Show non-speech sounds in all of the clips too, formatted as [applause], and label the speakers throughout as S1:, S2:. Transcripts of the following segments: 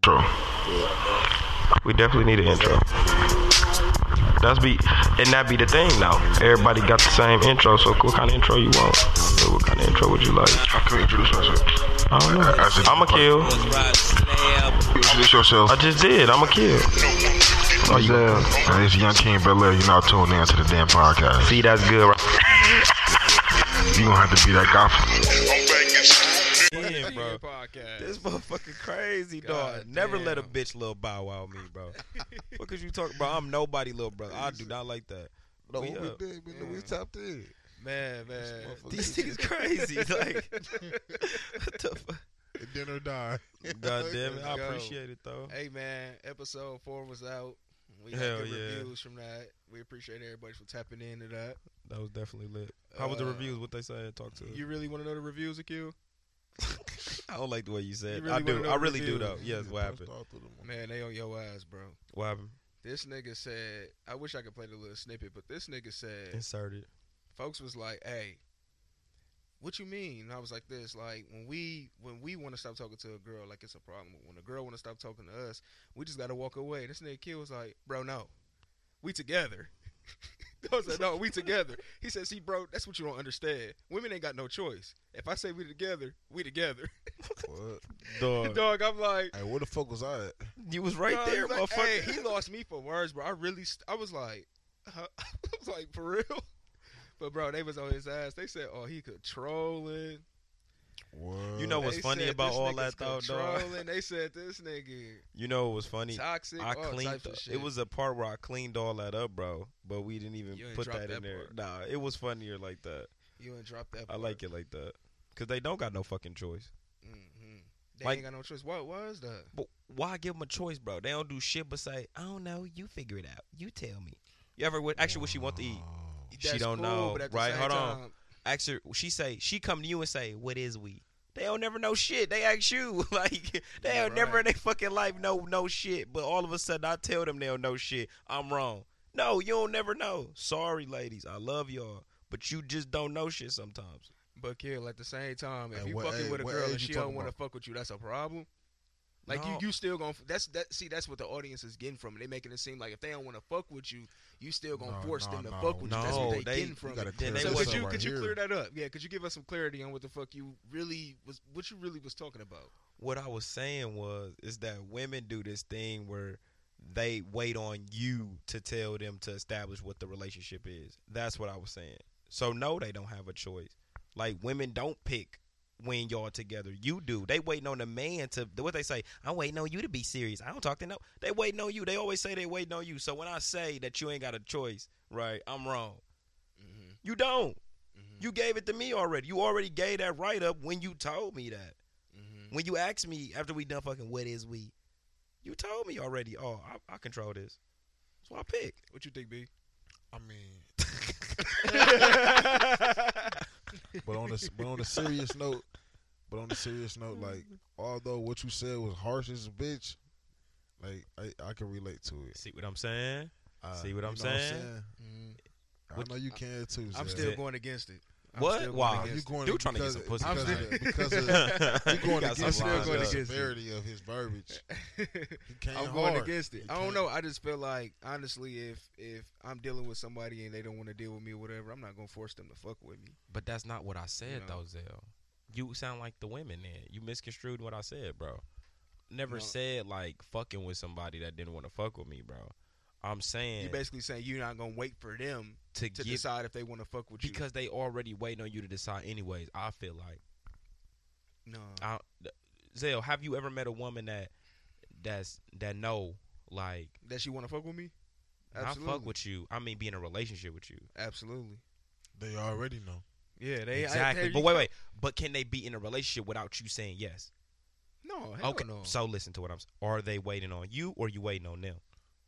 S1: intro. We definitely need an intro. That's be and that be the thing now. Everybody got the same intro, so what kind of intro you want? What kind of intro would you like?
S2: How can we introduce ourselves?
S1: I don't know.
S2: As a-
S1: I'ma kill.
S2: Introduce yourself.
S1: I just did. I'ma kill.
S2: Oh, yeah. It's Young King Bel Air. You're not tuned in to the damn podcast.
S1: See, that's good. Right?
S2: You're going to have to be that guy.
S3: Yeah, bro. This motherfucking crazy, dog. Never let a bitch little bow wow me, bro. what could you talk, bro? I'm nobody, little brother. I do not like that.
S4: No,
S3: We uh,
S4: we,
S3: up.
S4: did, we, we tapped in.
S5: Man, man.
S4: These
S3: These niggas
S5: [laughs]
S3: crazy. Like, what the fuck?
S4: Dinner or die.
S3: God damn it. I
S5: Yo.
S3: appreciate it, though.
S5: Hey, man. Episode four was out. We got
S3: Hell
S5: good
S3: yeah.
S5: reviews from that. We appreciate everybody for tapping into that.
S3: That was definitely lit. How was the
S5: Uh,
S3: reviews? What they said? Talk to
S5: You really want to know the reviews, Akil?
S3: I don't like the way you said.
S5: You
S3: I
S5: really wanna
S3: do.
S5: know
S3: I
S5: the
S3: really do though.
S5: reviews?
S3: Yes. What happened?
S5: Man, they on your ass, bro.
S3: What happened?
S5: This nigga said, I wish I could play the little snippet, but this nigga said,
S3: Insert [laughs] it.
S5: folks was like, hey, what you mean? And I was like this, like when we when we want to stop talking to a girl, like it's a problem. When a girl want to stop talking to us, we just gotta walk away. This nigga kid was like, bro, no, we together. [laughs] I was like, no, we together. He said, see, bro, that's what you don't understand. Women ain't got no choice. If I say we together, we together. [laughs]
S4: What?
S3: Dog.
S5: Dog, I'm like,
S4: Hey, where the fuck was I at?
S3: You was right
S5: Bro,
S3: there,
S5: it's like,
S3: motherfucker.
S5: Hey, he lost me for words, bro. I really, st- I was like, [laughs] huh? I was like, for real. [laughs] But bro, they was on his ass. They said, "Oh, he controlling."
S4: What?
S3: You know what's
S5: They
S3: funny
S5: said,
S3: about
S5: "This
S3: all
S5: nigga's
S3: that though, dog?
S5: Controlling. They said this nigga
S3: You know what was funny?
S5: toxic.
S3: I
S5: all
S3: cleaned.
S5: types of shit.
S3: It was a part where I cleaned all that up, bro. But we didn't even
S5: You ain't
S3: put
S5: dropped
S3: that, in
S5: that
S3: there.
S5: part.
S3: Nah, it was funnier like that.
S5: you and drop that.
S3: I like it like that because they don't got no fucking choice.
S5: Mm-hmm. They
S3: Like-
S5: ain't got no choice. What was that?
S3: But why give them a choice, bro? They don't do shit but say, I don't know. You figure it out. You tell me. You ever would actually what she want to eat? She
S5: That's
S3: don't
S5: cool,
S3: know,
S5: but at the
S3: right?
S5: same
S3: Hold on.
S5: time,
S3: Ask her. She say she come to you and say, "What is we?" They don't never know shit. They ask you [laughs] like they
S5: Yeah,
S3: don't never in
S5: right.
S3: their fucking life know no shit. But all of a sudden, I tell them they don't know shit. I'm wrong. No, you don't never know. Sorry, ladies, I love y'all, but you just don't know shit sometimes.
S5: But kill at the same time. If
S4: And
S5: you
S4: what
S5: fucking
S4: age-
S5: with a
S4: what
S5: girl
S4: age
S5: and
S4: you
S5: she don't
S4: talking
S5: want to
S4: about?
S5: fuck with you, that's a problem. Like
S3: No.
S5: you, you still gonna that's that. See, that's what the audience is getting from it. They making it seem like if they don't want to fuck with you, you still gonna
S4: No,
S5: force
S4: no,
S5: them to
S4: no,
S5: fuck with you. That's
S3: no,
S5: what they,
S3: they-
S5: getting
S4: You
S5: from
S4: gotta
S5: it.
S4: clear
S3: Then they
S4: this
S5: so
S3: wasn't
S4: up
S5: could you
S4: right
S5: could you
S4: here.
S5: clear that up? Yeah, could you give us some clarity on what the fuck you really was, what you really was talking about?
S3: What I was saying was is that women do this thing where they wait on you to tell them to establish what the relationship is. That's what I was saying. So no, they don't have a choice. Like women don't pick when y'all together. You do. They waiting on the man to what they say. I'm waiting on you to be serious. I don't talk to no. They waiting on you. They always say they waiting on you. So when I say that you ain't got a choice, right? I'm wrong.
S5: Mm-hmm.
S3: You don't.
S5: Mhm.
S3: You gave it to me already. You already gave that right up when you told me that.
S5: Mm-hmm.
S3: When you asked me after we done fucking what is we, you told me already. Oh, I, I control this. So I pick.
S5: What you think, B?
S4: I mean, but on a but on a serious note, but on a serious note, like although what you said was harsh as a bitch, like I, I can relate to it.
S3: [laughs] See what I'm saying?
S4: Uh,
S3: See what I'm
S4: you know
S3: saying?
S4: Mm-hmm.
S3: What-
S4: I know you can too.
S5: I'm
S4: Zed.
S5: still
S3: it.
S5: going against it. I'm
S3: What?
S5: Still going
S3: Why?
S4: Nah,
S5: against
S4: you
S5: it.
S4: going
S3: Dude tryna get
S4: because-
S3: some pussy
S4: because
S5: tonight.
S4: of- because
S3: [laughs] you
S4: of you going
S3: got
S4: against
S3: some
S5: still
S4: the
S3: lines
S5: going
S3: up.
S5: against it.
S4: severity of his verbiage.
S5: [laughs]
S4: He came
S5: I'm
S4: hard.
S5: going against it.
S4: He
S5: I
S4: came-
S5: don't know. I just feel like honestly, if if I'm dealing with somebody and they don't want to deal with me or whatever, I'm not gonna force them to fuck with me.
S3: But that's not what I said
S5: You know.
S3: though, Zell. You sound like the women then. You misconstrued what I said, bro. Never
S5: No.
S3: said like fucking with somebody that didn't want to fuck with me, bro. I'm saying
S5: You're basically saying you're not gonna wait for them
S3: to
S5: to
S3: get
S5: decide if they want to fuck with
S3: because they already waiting on you to decide anyways. I feel like
S5: you. No,
S3: I, th- Zell, have you ever met a woman that that's that know like
S5: that she want to fuck with me.
S3: I fuck with you. I mean, be in a relationship with you.
S5: Absolutely.
S4: They already know.
S5: Yeah, they
S3: exactly.
S5: I,
S3: but wait, wait. But can they be in a relationship without you saying yes?
S5: No, hell
S3: okay.
S5: no.
S3: So listen to what I'm. s- Are they waiting on you or you waiting on them?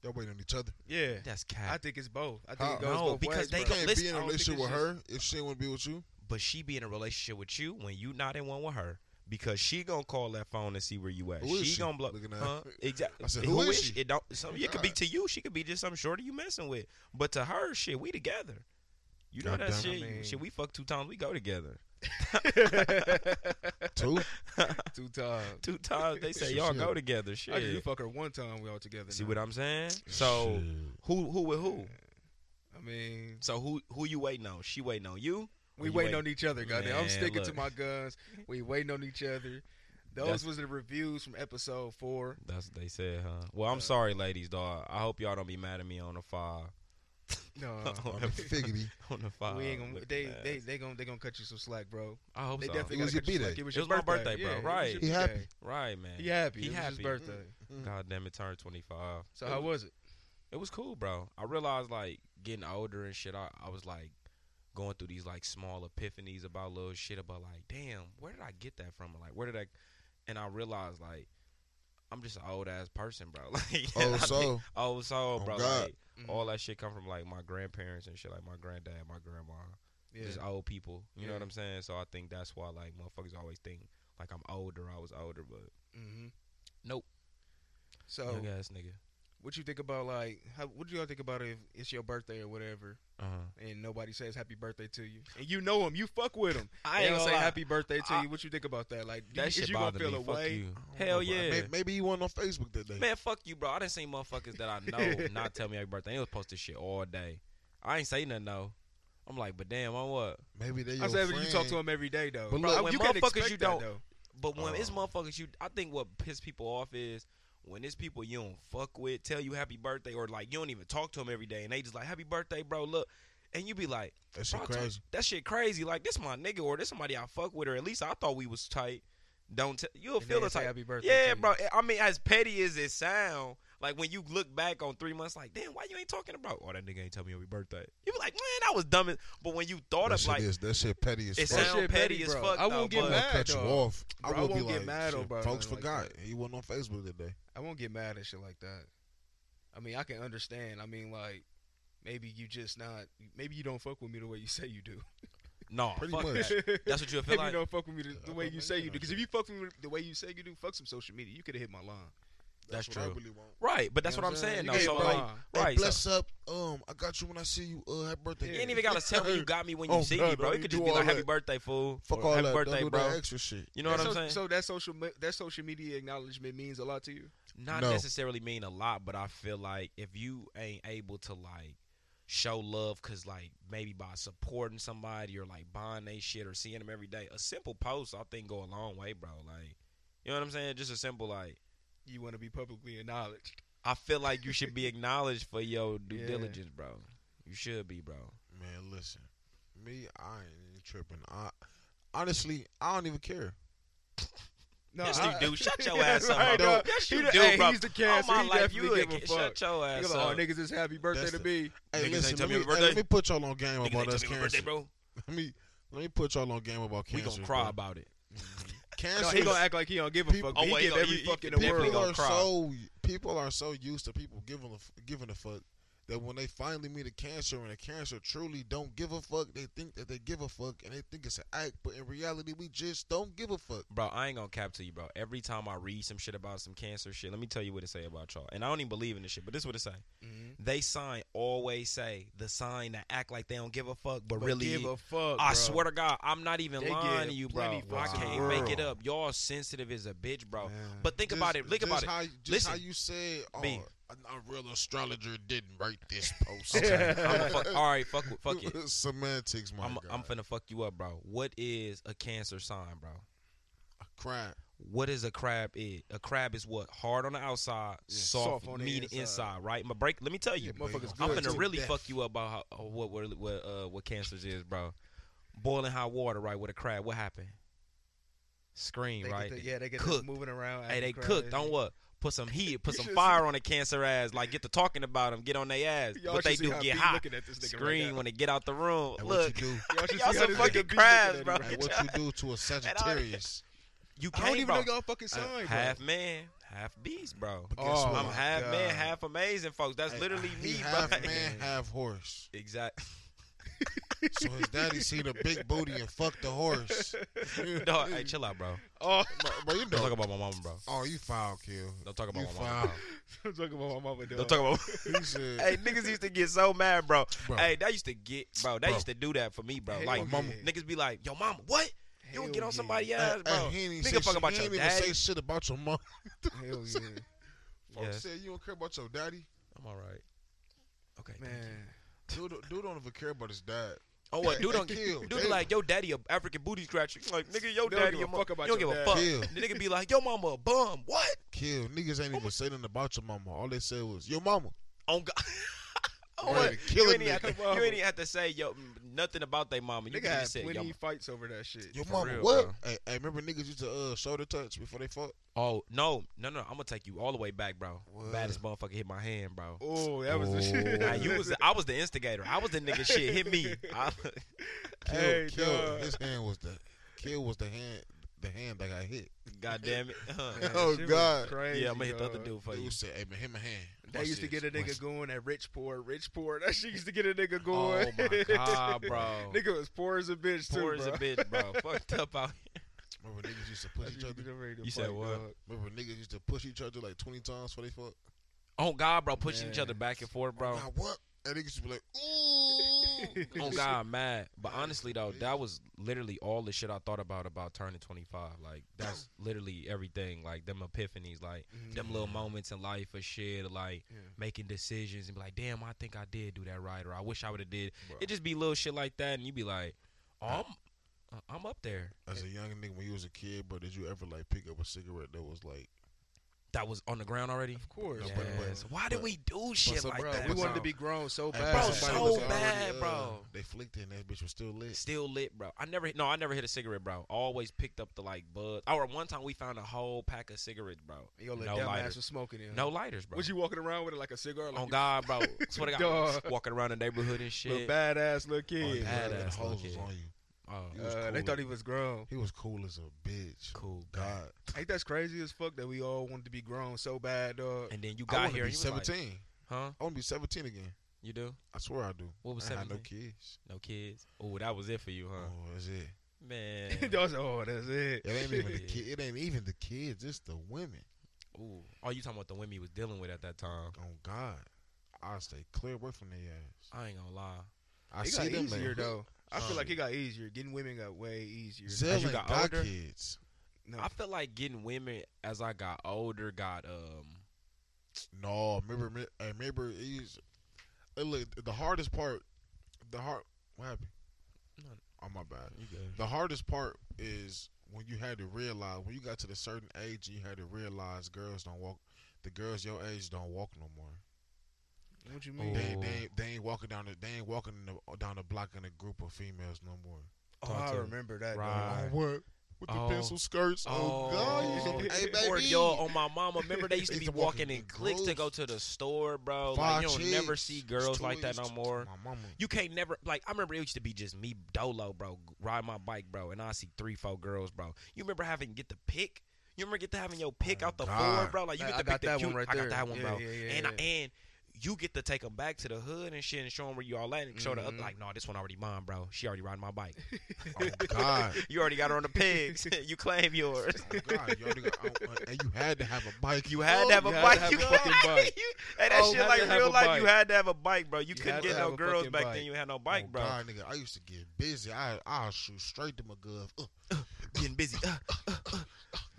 S4: They're waiting on each other.
S5: yeah,
S3: That's
S5: I
S3: cat.
S5: think it's both. I think
S4: How-
S5: it goes
S3: No,
S5: both
S3: because
S5: ways,
S3: they
S4: You
S5: bro.
S3: go-
S4: can't
S3: listen,
S4: be in
S3: I
S4: a
S3: don't think
S4: relationship
S3: it's
S4: with her if she wouldn't be with you.
S3: But she be in a relationship with you when you not in one with her because she gonna call that phone and see where you at.
S4: Who is she
S3: gonna blow.
S4: looking at? [laughs]
S3: Huh? Exactly.
S4: I said, who is she?
S3: It don't. Some, it could be
S4: God.
S3: to you. She could be just some shorty you messing with. But to her, shit, we together. You know
S4: God
S3: that
S4: damn it.
S3: shit.
S5: I
S4: [laughs]
S5: mean-
S3: shit, we fuck two times. We go together. [laughs]
S4: Two?
S5: [laughs] Two times.
S3: Two times they say
S4: Shit.
S3: y'all go together.
S5: I could you
S3: Shit.
S5: fuck her one time. We all together.
S3: See
S5: now.
S3: what I'm saying? So
S4: Shit.
S3: who who with who?
S5: I mean,
S3: So who who you waiting on? She waiting on you?
S5: we
S3: You
S5: waiting
S3: wait-
S5: on each other. Goddamn, I'm
S3: Man,
S5: sticking to
S3: look.
S5: my guns. We waiting on each other. Those
S3: That's-
S5: was the reviews from episode four.
S3: That's what they said, huh? Well, I'm sorry, ladies, dog. I hope y'all don't be mad at me on the five. [laughs]
S5: No,
S4: [laughs]
S3: on,
S4: I'm
S3: [laughs]
S4: figgity.
S3: on the five.
S5: we ain't gonna.
S3: looking
S5: They,
S3: ass.
S5: they they gonna they gonna cut you some slack, bro.
S3: I hope
S5: They
S3: so.
S5: definitely
S4: It was
S5: gonna
S4: your
S5: cut you some slack.
S4: birthday.
S5: It
S3: It was my
S5: was, your
S3: birthday,
S5: Yeah,
S3: bro.
S5: it was
S3: Right.
S5: your
S4: He happy.
S5: birthday.
S3: Right, man.
S5: He happy.
S3: He
S5: it was
S3: happy.
S5: His birthday.
S3: God damn it, turned 25.
S5: So how was it?
S3: It was cool, bro. I realized like getting older and shit. I, I was like going through these like small epiphanies about little shit about like, damn, where did I get that from? Like, where did I? And I realized like I'm just an old ass person, bro. [laughs] Like,
S4: Oh,
S3: I think-
S4: so
S3: old soul,
S4: Oh,
S3: bro.
S4: God.
S3: Like,
S5: Mm-hmm.
S3: all that shit come from like my grandparents and shit, like my granddad, my grandma,
S5: Yeah.
S3: just old people. You know
S5: Yeah.
S3: what I'm saying? So I think that's why like motherfuckers always think like I'm older. I was older, but
S5: Mm-hmm.
S3: Nope.
S5: So
S3: young ass nigga.
S5: what you think about like? How, what do y'all think about if it's your birthday or whatever,
S3: Uh-huh.
S5: and nobody says happy birthday to you, and you know him, you fuck with him.
S3: I
S5: They
S3: ain't
S5: don't
S3: gonna
S5: say
S3: lie.
S5: happy birthday to
S3: I-
S5: you. What you think about that? Like, do you,
S3: That
S5: is
S3: shit
S5: you gonna
S3: bothered
S5: feel
S3: me.
S5: a
S3: Fuck
S5: way?
S4: I
S3: you.
S4: don't
S3: Hell
S4: know, bro.
S3: yeah.
S4: May- Maybe he wasn't on Facebook that day.
S3: Man, fuck you, bro. I didn't see motherfuckers that I
S5: [laughs]
S3: know not tell me happy birthday. They was posting shit all day. I ain't say nothing though. I'm like, but damn, I'm what?
S4: Maybe they.
S5: I
S4: Your
S5: said
S4: friend.
S5: you talk to him every day though.
S4: But
S5: Bro,
S4: look,
S3: when
S5: can't
S3: motherfuckers
S5: expect
S3: you
S5: that,
S3: don't-
S5: though.
S3: But when it's
S5: Uh.
S4: Oh.
S3: motherfuckers, you I think what piss people off is when it's people you don't fuck with tell you happy birthday or like you don't even talk to them every day and they just like happy birthday, bro. Look, and you be like,
S4: That
S3: bro,
S4: shit
S3: I told-
S4: crazy.
S3: that shit crazy. Like this my nigga or this somebody I fuck with or at least I thought we was tight. Don't t- you'll
S5: And
S3: feel
S5: they
S3: the
S5: say
S3: type.
S5: happy birthday. to
S3: Yeah,
S5: you.
S3: bro. I mean, as petty as it sound, like when you look back on three months, like damn, why you ain't talking about? Oh, that nigga ain't tell me happy birthday. You be like, man, that was dumb. as-" But when you thought
S4: That
S3: of
S4: shit
S3: like,
S4: is. That shit petty as
S3: It
S4: fuck.
S5: That
S3: sound
S5: shit
S3: petty as
S5: bro.
S3: fuck,
S5: I won't
S3: though,
S5: get
S3: but-
S4: I'll
S5: mad.
S4: cut you
S5: dog.
S4: off.
S5: Bro, I
S4: would be
S5: won't get
S4: like,
S5: mad
S4: shit,
S5: about
S4: Folks
S5: nothing like
S4: forgot he wasn't on Facebook that day.
S5: I won't get mad at shit like that. I mean, I can understand. I mean, like maybe you just not. Maybe you don't fuck with me the way you say you do.
S3: no,
S4: Pretty
S3: fuck
S4: much.
S3: [laughs]
S5: [laughs]
S3: that. That's what
S4: [laughs]
S3: you feel
S5: Maybe you
S3: like.
S5: don't fuck with me the, the
S4: I
S5: way
S4: don't
S5: you
S4: think
S5: say
S4: so,
S5: you do. Because if
S4: shit.
S5: you fuck with me the way you say you do, fuck some social media. You could have hit my line.
S3: That's
S4: what
S3: true.
S4: I really want.
S3: Right, but that's
S5: You know
S3: what I'm saying.
S5: You
S3: though.
S5: could hit
S3: So
S5: my
S3: like,
S5: line.
S4: Hey,
S3: right.
S4: bless
S3: so
S4: up. Um, I got you when I see you. Uh, happy birthday.
S5: Yeah.
S3: you ain't even gotta tell me you got me when you
S4: Oh,
S3: see
S4: God,
S3: me, bro.
S4: bro,
S3: It
S4: you
S3: could
S4: do
S3: just be
S4: all
S3: like happy
S4: that.
S3: birthday, fool.
S4: [laughs] Fuck
S3: or
S4: all
S3: happy
S4: that.
S3: birthday,
S4: Don't do
S3: bro.
S4: that extra shit.
S3: You know what
S5: That
S3: I'm
S5: so,
S3: saying?
S5: So that social me- that social media acknowledgement means a lot to you.
S3: not
S4: No.
S3: necessarily mean a lot, but I feel like if you ain't able to like show love, cause like maybe by supporting somebody or like buying they shit or seeing them every day, a simple post I think go a long way, bro. Like, you know what I'm saying? Just a simple like.
S5: You want to be publicly acknowledged.
S3: I feel like you
S5: [laughs]
S3: should be acknowledged for your due
S5: Yeah.
S3: diligence, bro. You should be, bro.
S4: Man, listen. Me, I ain't even tripping. I honestly, I don't even care.
S5: No,
S3: Yes,
S5: I-
S3: you do.
S5: [laughs]
S3: Shut your ass up,
S5: Right,
S3: bro.
S5: dog.
S3: Yes,
S5: He
S3: you
S5: the-
S3: do,
S5: hey,
S3: bro.
S5: He's the cat.
S3: All
S5: so
S3: my
S5: he
S3: life,
S5: definitely
S3: you a
S5: give a
S3: kid.
S5: fuck.
S3: Shut your
S5: He
S3: ass
S5: like, oh,
S3: up.
S5: niggas, it's happy birthday
S4: That's
S5: to
S4: the-
S5: me.
S4: Hey,
S3: Niggas ain't
S4: listen.
S3: tell
S4: Let me,
S3: me happy
S4: hey,
S3: birthday.
S4: let me put y'all on game
S3: Niggas ain't
S4: about
S3: tell
S4: us
S3: me happy birthday,
S4: cancer.
S3: bro.
S4: Let me let me put y'all on game about
S3: We
S4: cancer.
S3: gonna cry
S4: bro.
S3: about it.
S4: Cancer.
S5: No, he
S4: is-
S5: gonna act like he don't give a
S4: People-
S5: fuck. but
S3: oh,
S5: he
S3: he
S5: give
S3: gonna-
S5: every
S3: he-
S5: fuck in the
S3: definitely
S5: world.
S4: people
S3: gonna
S4: are
S3: cry.
S4: so people are so used to people giving a f- giving a fuck that when they finally meet a cancer and a cancer truly don't give a fuck, they think that they give a fuck and they think it's an act, but in reality we just don't give a fuck.
S3: Bro, I ain't gonna cap to you, bro. Every time I read some shit about some cancer shit, let me tell you what it say about y'all. And I don't even believe in this shit, but this is what it say.
S5: Mhm.
S3: They sign always say the sign that act like they don't give a fuck, but,
S5: But
S3: really
S5: give a fuck.
S3: I
S5: bro.
S3: swear to God, I'm not even
S5: They
S3: lying
S5: give
S3: to you, bro.
S5: plenty
S3: I
S5: fucks in the
S3: can't make it
S5: world.
S3: up. Y'all sensitive as a bitch, bro.
S5: Man.
S3: But think about it. Look about it.
S4: how, Just
S3: Listen.
S4: how you said, oh,
S3: B.
S4: a, a real astrologer didn't write
S3: [laughs]
S4: this post.
S3: Okay. I'm a fuck. All right, fuck, with-
S4: [laughs]
S3: fuck
S5: [laughs] Oh
S3: it.
S4: Semantics, my
S3: I'm,
S4: God.
S3: I'm finna fuck you up, bro. What is a cancer sign, bro?
S4: crying.
S3: What is a crab? Is a crab is what hard on the outside, soft,
S5: soft on the
S3: meaty
S5: inside.
S3: inside. right? My break. Let me tell you,
S5: Yeah, motherfuckers
S3: I'm
S5: good
S3: finna
S5: to
S3: really
S4: death.
S3: fuck you up about how, uh, what what what, uh, what cancers is, bro. Boiling hot water, right? With a crab, what happened? Scream,
S5: They get
S3: right?
S5: the- yeah, they get
S3: Cooked.
S5: cooked. moving around.
S3: Hey,
S5: acting
S3: they
S5: crazy.
S3: cooked on what? Put
S5: [laughs]
S3: some heat, put
S5: You
S3: some
S5: should
S3: fire on a cancer ass. Like get to talking about them, get on their ass.
S5: Y'all
S3: what they
S5: should see
S3: do,
S5: how
S3: get
S5: B
S3: hot,
S5: looking at this nigga right
S3: scream
S5: now.
S3: when they get out the room.
S4: And
S3: Look,
S4: what you do?
S5: Y'all should
S3: Y'all some
S5: see how this
S3: fucking
S5: nigga be
S3: crabs,
S5: looking at
S3: bro.
S5: him right
S4: And
S5: now.
S3: [laughs]
S4: what you do to a Sagittarius?
S3: you
S5: I don't
S3: can't,
S5: even know
S3: bro.
S5: y'all fucking sign, bro.
S3: half man, half beast, bro.
S4: But guess
S5: Oh,
S4: what?
S3: I'm
S5: my
S3: half man,
S5: God.
S3: half amazing, folks. That's
S4: Hey,
S3: [laughs] literally
S4: he
S3: me, bro. [laughs]
S4: half man, half horse.
S3: Exactly.
S4: So his daddy seen a big booty and fucked the horse.
S3: [laughs] No, hey,
S4: [laughs]
S3: chill out, bro.
S5: Oh,
S4: But, but you
S3: Don't talk [laughs]
S4: know,
S3: about my mama, bro.
S4: oh, you foul, kill.
S3: Don't talk about
S4: you
S3: my mama.
S4: foul.
S5: I'm talking about my mama.
S3: Don't talk about. [laughs]
S4: He said,
S3: hey, niggas used to get so mad, bro.
S4: Bro.
S3: Hey, that used to get, bro. That
S4: Bro.
S3: used to do that for me, bro.
S5: Hell
S3: like,
S5: yeah.
S3: niggas be like, "Yo, mama, what? You would
S5: Hell
S3: get on
S5: yeah.
S3: somebody
S4: Hey,
S3: ass,
S4: hey,
S3: bro.
S4: he ain't even
S3: Nigga
S4: say
S3: fuck
S4: shit-
S3: about
S4: he
S3: your
S4: ain't even say
S3: daddy.
S4: shit about your
S3: [laughs]
S4: mom.
S5: Hell yeah.
S4: Folks
S3: Yes.
S4: said you don't care about your daddy.
S3: I'm all right. Okay, thank you.
S5: Man,
S4: Dude, dude don't even care about his dad.
S3: Oh, what? Dude,
S4: They
S3: don't,
S4: killed.
S3: dude be
S4: They-
S3: like, yo, daddy a African booty scratcher. Like, nigga, your
S5: They don't
S3: daddy
S5: give a
S3: mo-
S5: fuck about
S3: You don't
S5: your
S3: give a
S5: dad.
S3: fuck.
S4: Kill.
S3: The nigga be like, yo, mama a bum. What?
S4: Kill niggas ain't even say nothing about your mama. All they said was your mama.
S3: On [laughs] God. Oh,
S4: Right,
S3: what?
S4: killing
S3: you ain't
S4: me.
S3: even have to, you ain't even have to say yo mm, nothing about their mama. You
S5: nigga
S3: can
S5: had
S3: just say,
S5: plenty
S3: yo, ma-
S5: fights over that shit.
S4: Your
S3: For
S4: mama
S3: real,
S4: what?
S3: bro.
S4: Hey, hey, remember niggas used to uh, shoulder touch before they fought?
S3: "Oh no, no, no, I'm gonna take you all the way back, bro.
S4: What?
S3: Baddest motherfucker hit my hand, bro.
S5: Oh, that was the
S4: Oh.
S5: shit.
S3: Nah, you was, I was the instigator. I was the nigga. Shit hit
S5: [laughs]
S3: me. I,
S4: Kill,
S5: Hey,
S4: kill.
S5: dog.
S4: His hand was the kill was the hand the hand that got hit.
S3: God damn it. Huh.
S5: Man, that
S4: Oh,
S5: shit was
S4: God.
S5: crazy,
S3: Yeah, I'm gonna hit the other
S5: dog.
S3: dude for
S4: They
S3: you.
S4: used to say, hey man, hit my hand.
S5: They
S4: Watch
S5: used to
S4: this.
S5: get a
S4: Watch-
S5: nigga going at rich poor, rich poor. [laughs] That shit used to get a nigga
S3: Oh
S5: going. [laughs]
S3: my god, bro.
S5: nigga was poor as a bitch
S3: Poor
S5: too,
S3: as a bitch, bro. Fucked up
S5: [laughs]
S3: out here.
S4: Remember niggas used to push each other.
S3: You said what?
S4: Remember niggas used to push each other like twenty times before they fought.
S3: Oh God, bro, pushing each
S5: Man.
S3: other back and forth, bro.
S4: Nah, what? And niggas used to be
S3: [laughs]
S4: like, ooh. [laughs]
S3: Oh God, I'm mad. But honestly though,
S4: bitch.
S3: that was literally all the shit I thought about about turning 25. Like that's literally everything. Like them epiphanies, like them little moments in life or shit, or, like
S5: Yeah.
S3: making decisions and be like, damn, I think I did do that right, or I wish I would have did.
S4: Bro.
S3: It just be little shit like that, and you be like, oh, I'm, I'm up there.
S4: As a young nigga when you was a kid, bro, did you ever like pick up a cigarette that was like
S3: That was on the ground already.
S5: Of course.
S4: No,
S3: Yes.
S4: but- but-
S3: Why did
S4: but-
S3: we do shit
S4: so,
S3: like
S4: bro,
S3: that?
S5: we
S4: but
S5: wanted
S4: no.
S5: to be grown so
S4: and
S5: bad.
S3: Bro,
S4: somebody
S3: so
S4: was already,
S3: bad,
S4: uh,
S3: bro.
S4: They flicked it and that bitch was still lit.
S3: still lit, bro. I never no, I never hit a cigarette, bro. Always picked up the like bud. Or one time we found a whole pack of cigarettes, bro.
S5: Yo, let
S3: no
S5: dumbass
S3: lighter.
S5: was smoking it.
S3: No lighters, bro.
S5: Was you walking around with it like a cigar? Like
S3: on
S5: you-
S3: God, bro. Swear to God,
S5: Dog.
S3: walking around the neighborhood and
S5: Little
S3: shit.
S5: badass little
S4: Oh,
S5: kid.
S4: yeah, and
S3: badass
S4: the
S3: little
S4: hoes was
S3: kid.
S4: on you.
S3: Oh,
S4: He was
S5: Uh, they
S4: cool.
S5: thought he was grown.
S4: He was cool as a bitch.
S3: cool, bro.
S4: God,
S5: Ain't that's crazy as fuck that we all wanted to be grown so bad, dog.
S3: And then you
S4: I
S3: got
S4: want to
S3: here,
S4: be
S3: and you seventeen,
S4: seventeen.
S3: huh?
S4: I want to be seventeen again.
S3: You do?
S4: I swear I do.
S3: What was
S4: I ain't had
S3: seventeen?
S4: no kids.
S3: No kids. Oh, that was it for you, huh?
S4: Oh, [laughs] that's it.
S3: Man.
S5: [laughs] That was- oh, that's it.
S4: It ain't
S5: [laughs]
S4: even the
S3: Yeah.
S4: kid. It ain't even the kids. It's the women.
S3: Ooh. Oh, you talking about the women you was dealing with at that time?
S4: Oh God, I stay clear away from their ass.
S3: I ain't gonna lie.
S4: I
S5: it
S4: see
S5: got
S4: them like,
S5: easier though. I feel
S3: Sorry.
S5: like it got easier. Getting women got way easier.
S4: Zell
S3: As you
S4: ain't
S3: got
S4: got,
S3: older?
S4: kids.
S5: No,
S3: I felt like getting women as I got older got um
S4: No, remember, me- I remember. It used, uh, look, the hardest part. The hard. What happened?
S3: None.
S4: Oh my bad.
S3: you good.
S4: The hardest part is when you had to realize when you got to the certain age and you had to realize girls don't walk the girls your age don't walk no more.
S5: what you
S4: They,
S5: mean?
S4: ain't- they,
S3: Oh.
S4: ain't- they ain't walking down the they ain't walking the, down the block in a group of females no more.
S5: Oh, I
S3: Talk to-
S5: remember that.
S3: Right.
S5: dog.
S3: Oh,
S4: what? With
S3: the Oh. pencil
S4: skirts.
S3: [laughs]
S5: God, you
S3: Oh.
S5: some- hey,
S3: Or
S4: baby.
S3: y'all on my mama. Remember they used to
S4: Used
S3: be
S4: to walk in
S3: walking in
S4: the
S3: cliques to
S4: groups.
S3: go to the store, bro. Like you don't never see girls like that no more.
S4: My
S3: [laughs]
S4: mama.
S3: You can't never like I remember it used to be just me dolo, bro, ride my bike, bro, and I see three, four girls, bro. You remember having to get the pick? You remember get to having your pick
S4: Oh,
S3: out the
S4: God.
S3: floor, bro? Like you
S5: I-
S3: get
S5: I
S3: to
S5: got
S3: pick the
S5: that
S3: cute.
S5: one right
S3: I got
S5: there.
S3: that one,
S5: Yeah,
S3: bro.
S5: yeah, yeah,
S3: and I-
S5: yeah.
S3: and you get to take them back to the hood and shit and show them where you all at and show the other
S5: Mhm.
S3: like, no, this one already mine, bro. She already riding my bike. [laughs]
S4: Oh God.
S3: You already got her on the pegs. [laughs] you
S4: [laughs]
S3: claim yours.
S4: Oh, [laughs] God. Y'all nigga, oh, and you had to have a bike. Oh,
S3: You had to have a
S5: Oh, you had to
S3: bike.
S5: have
S3: you
S5: a fucking bike.
S3: [laughs] You- hey, that
S5: Oh,
S3: shit
S5: had
S3: like
S5: to have
S3: real
S5: a
S3: life.
S5: bike.
S3: You had to have a bike, bro. You, couldn't
S5: had to
S3: get
S5: have
S3: no
S5: a
S3: girls
S5: fucking
S3: back
S5: bike.
S3: then. You had no bike,
S4: oh,
S3: bro.
S4: God, nigga, I used to get busy. I I shoot straight to my glove. Ugh.
S3: Getting busy. Uh,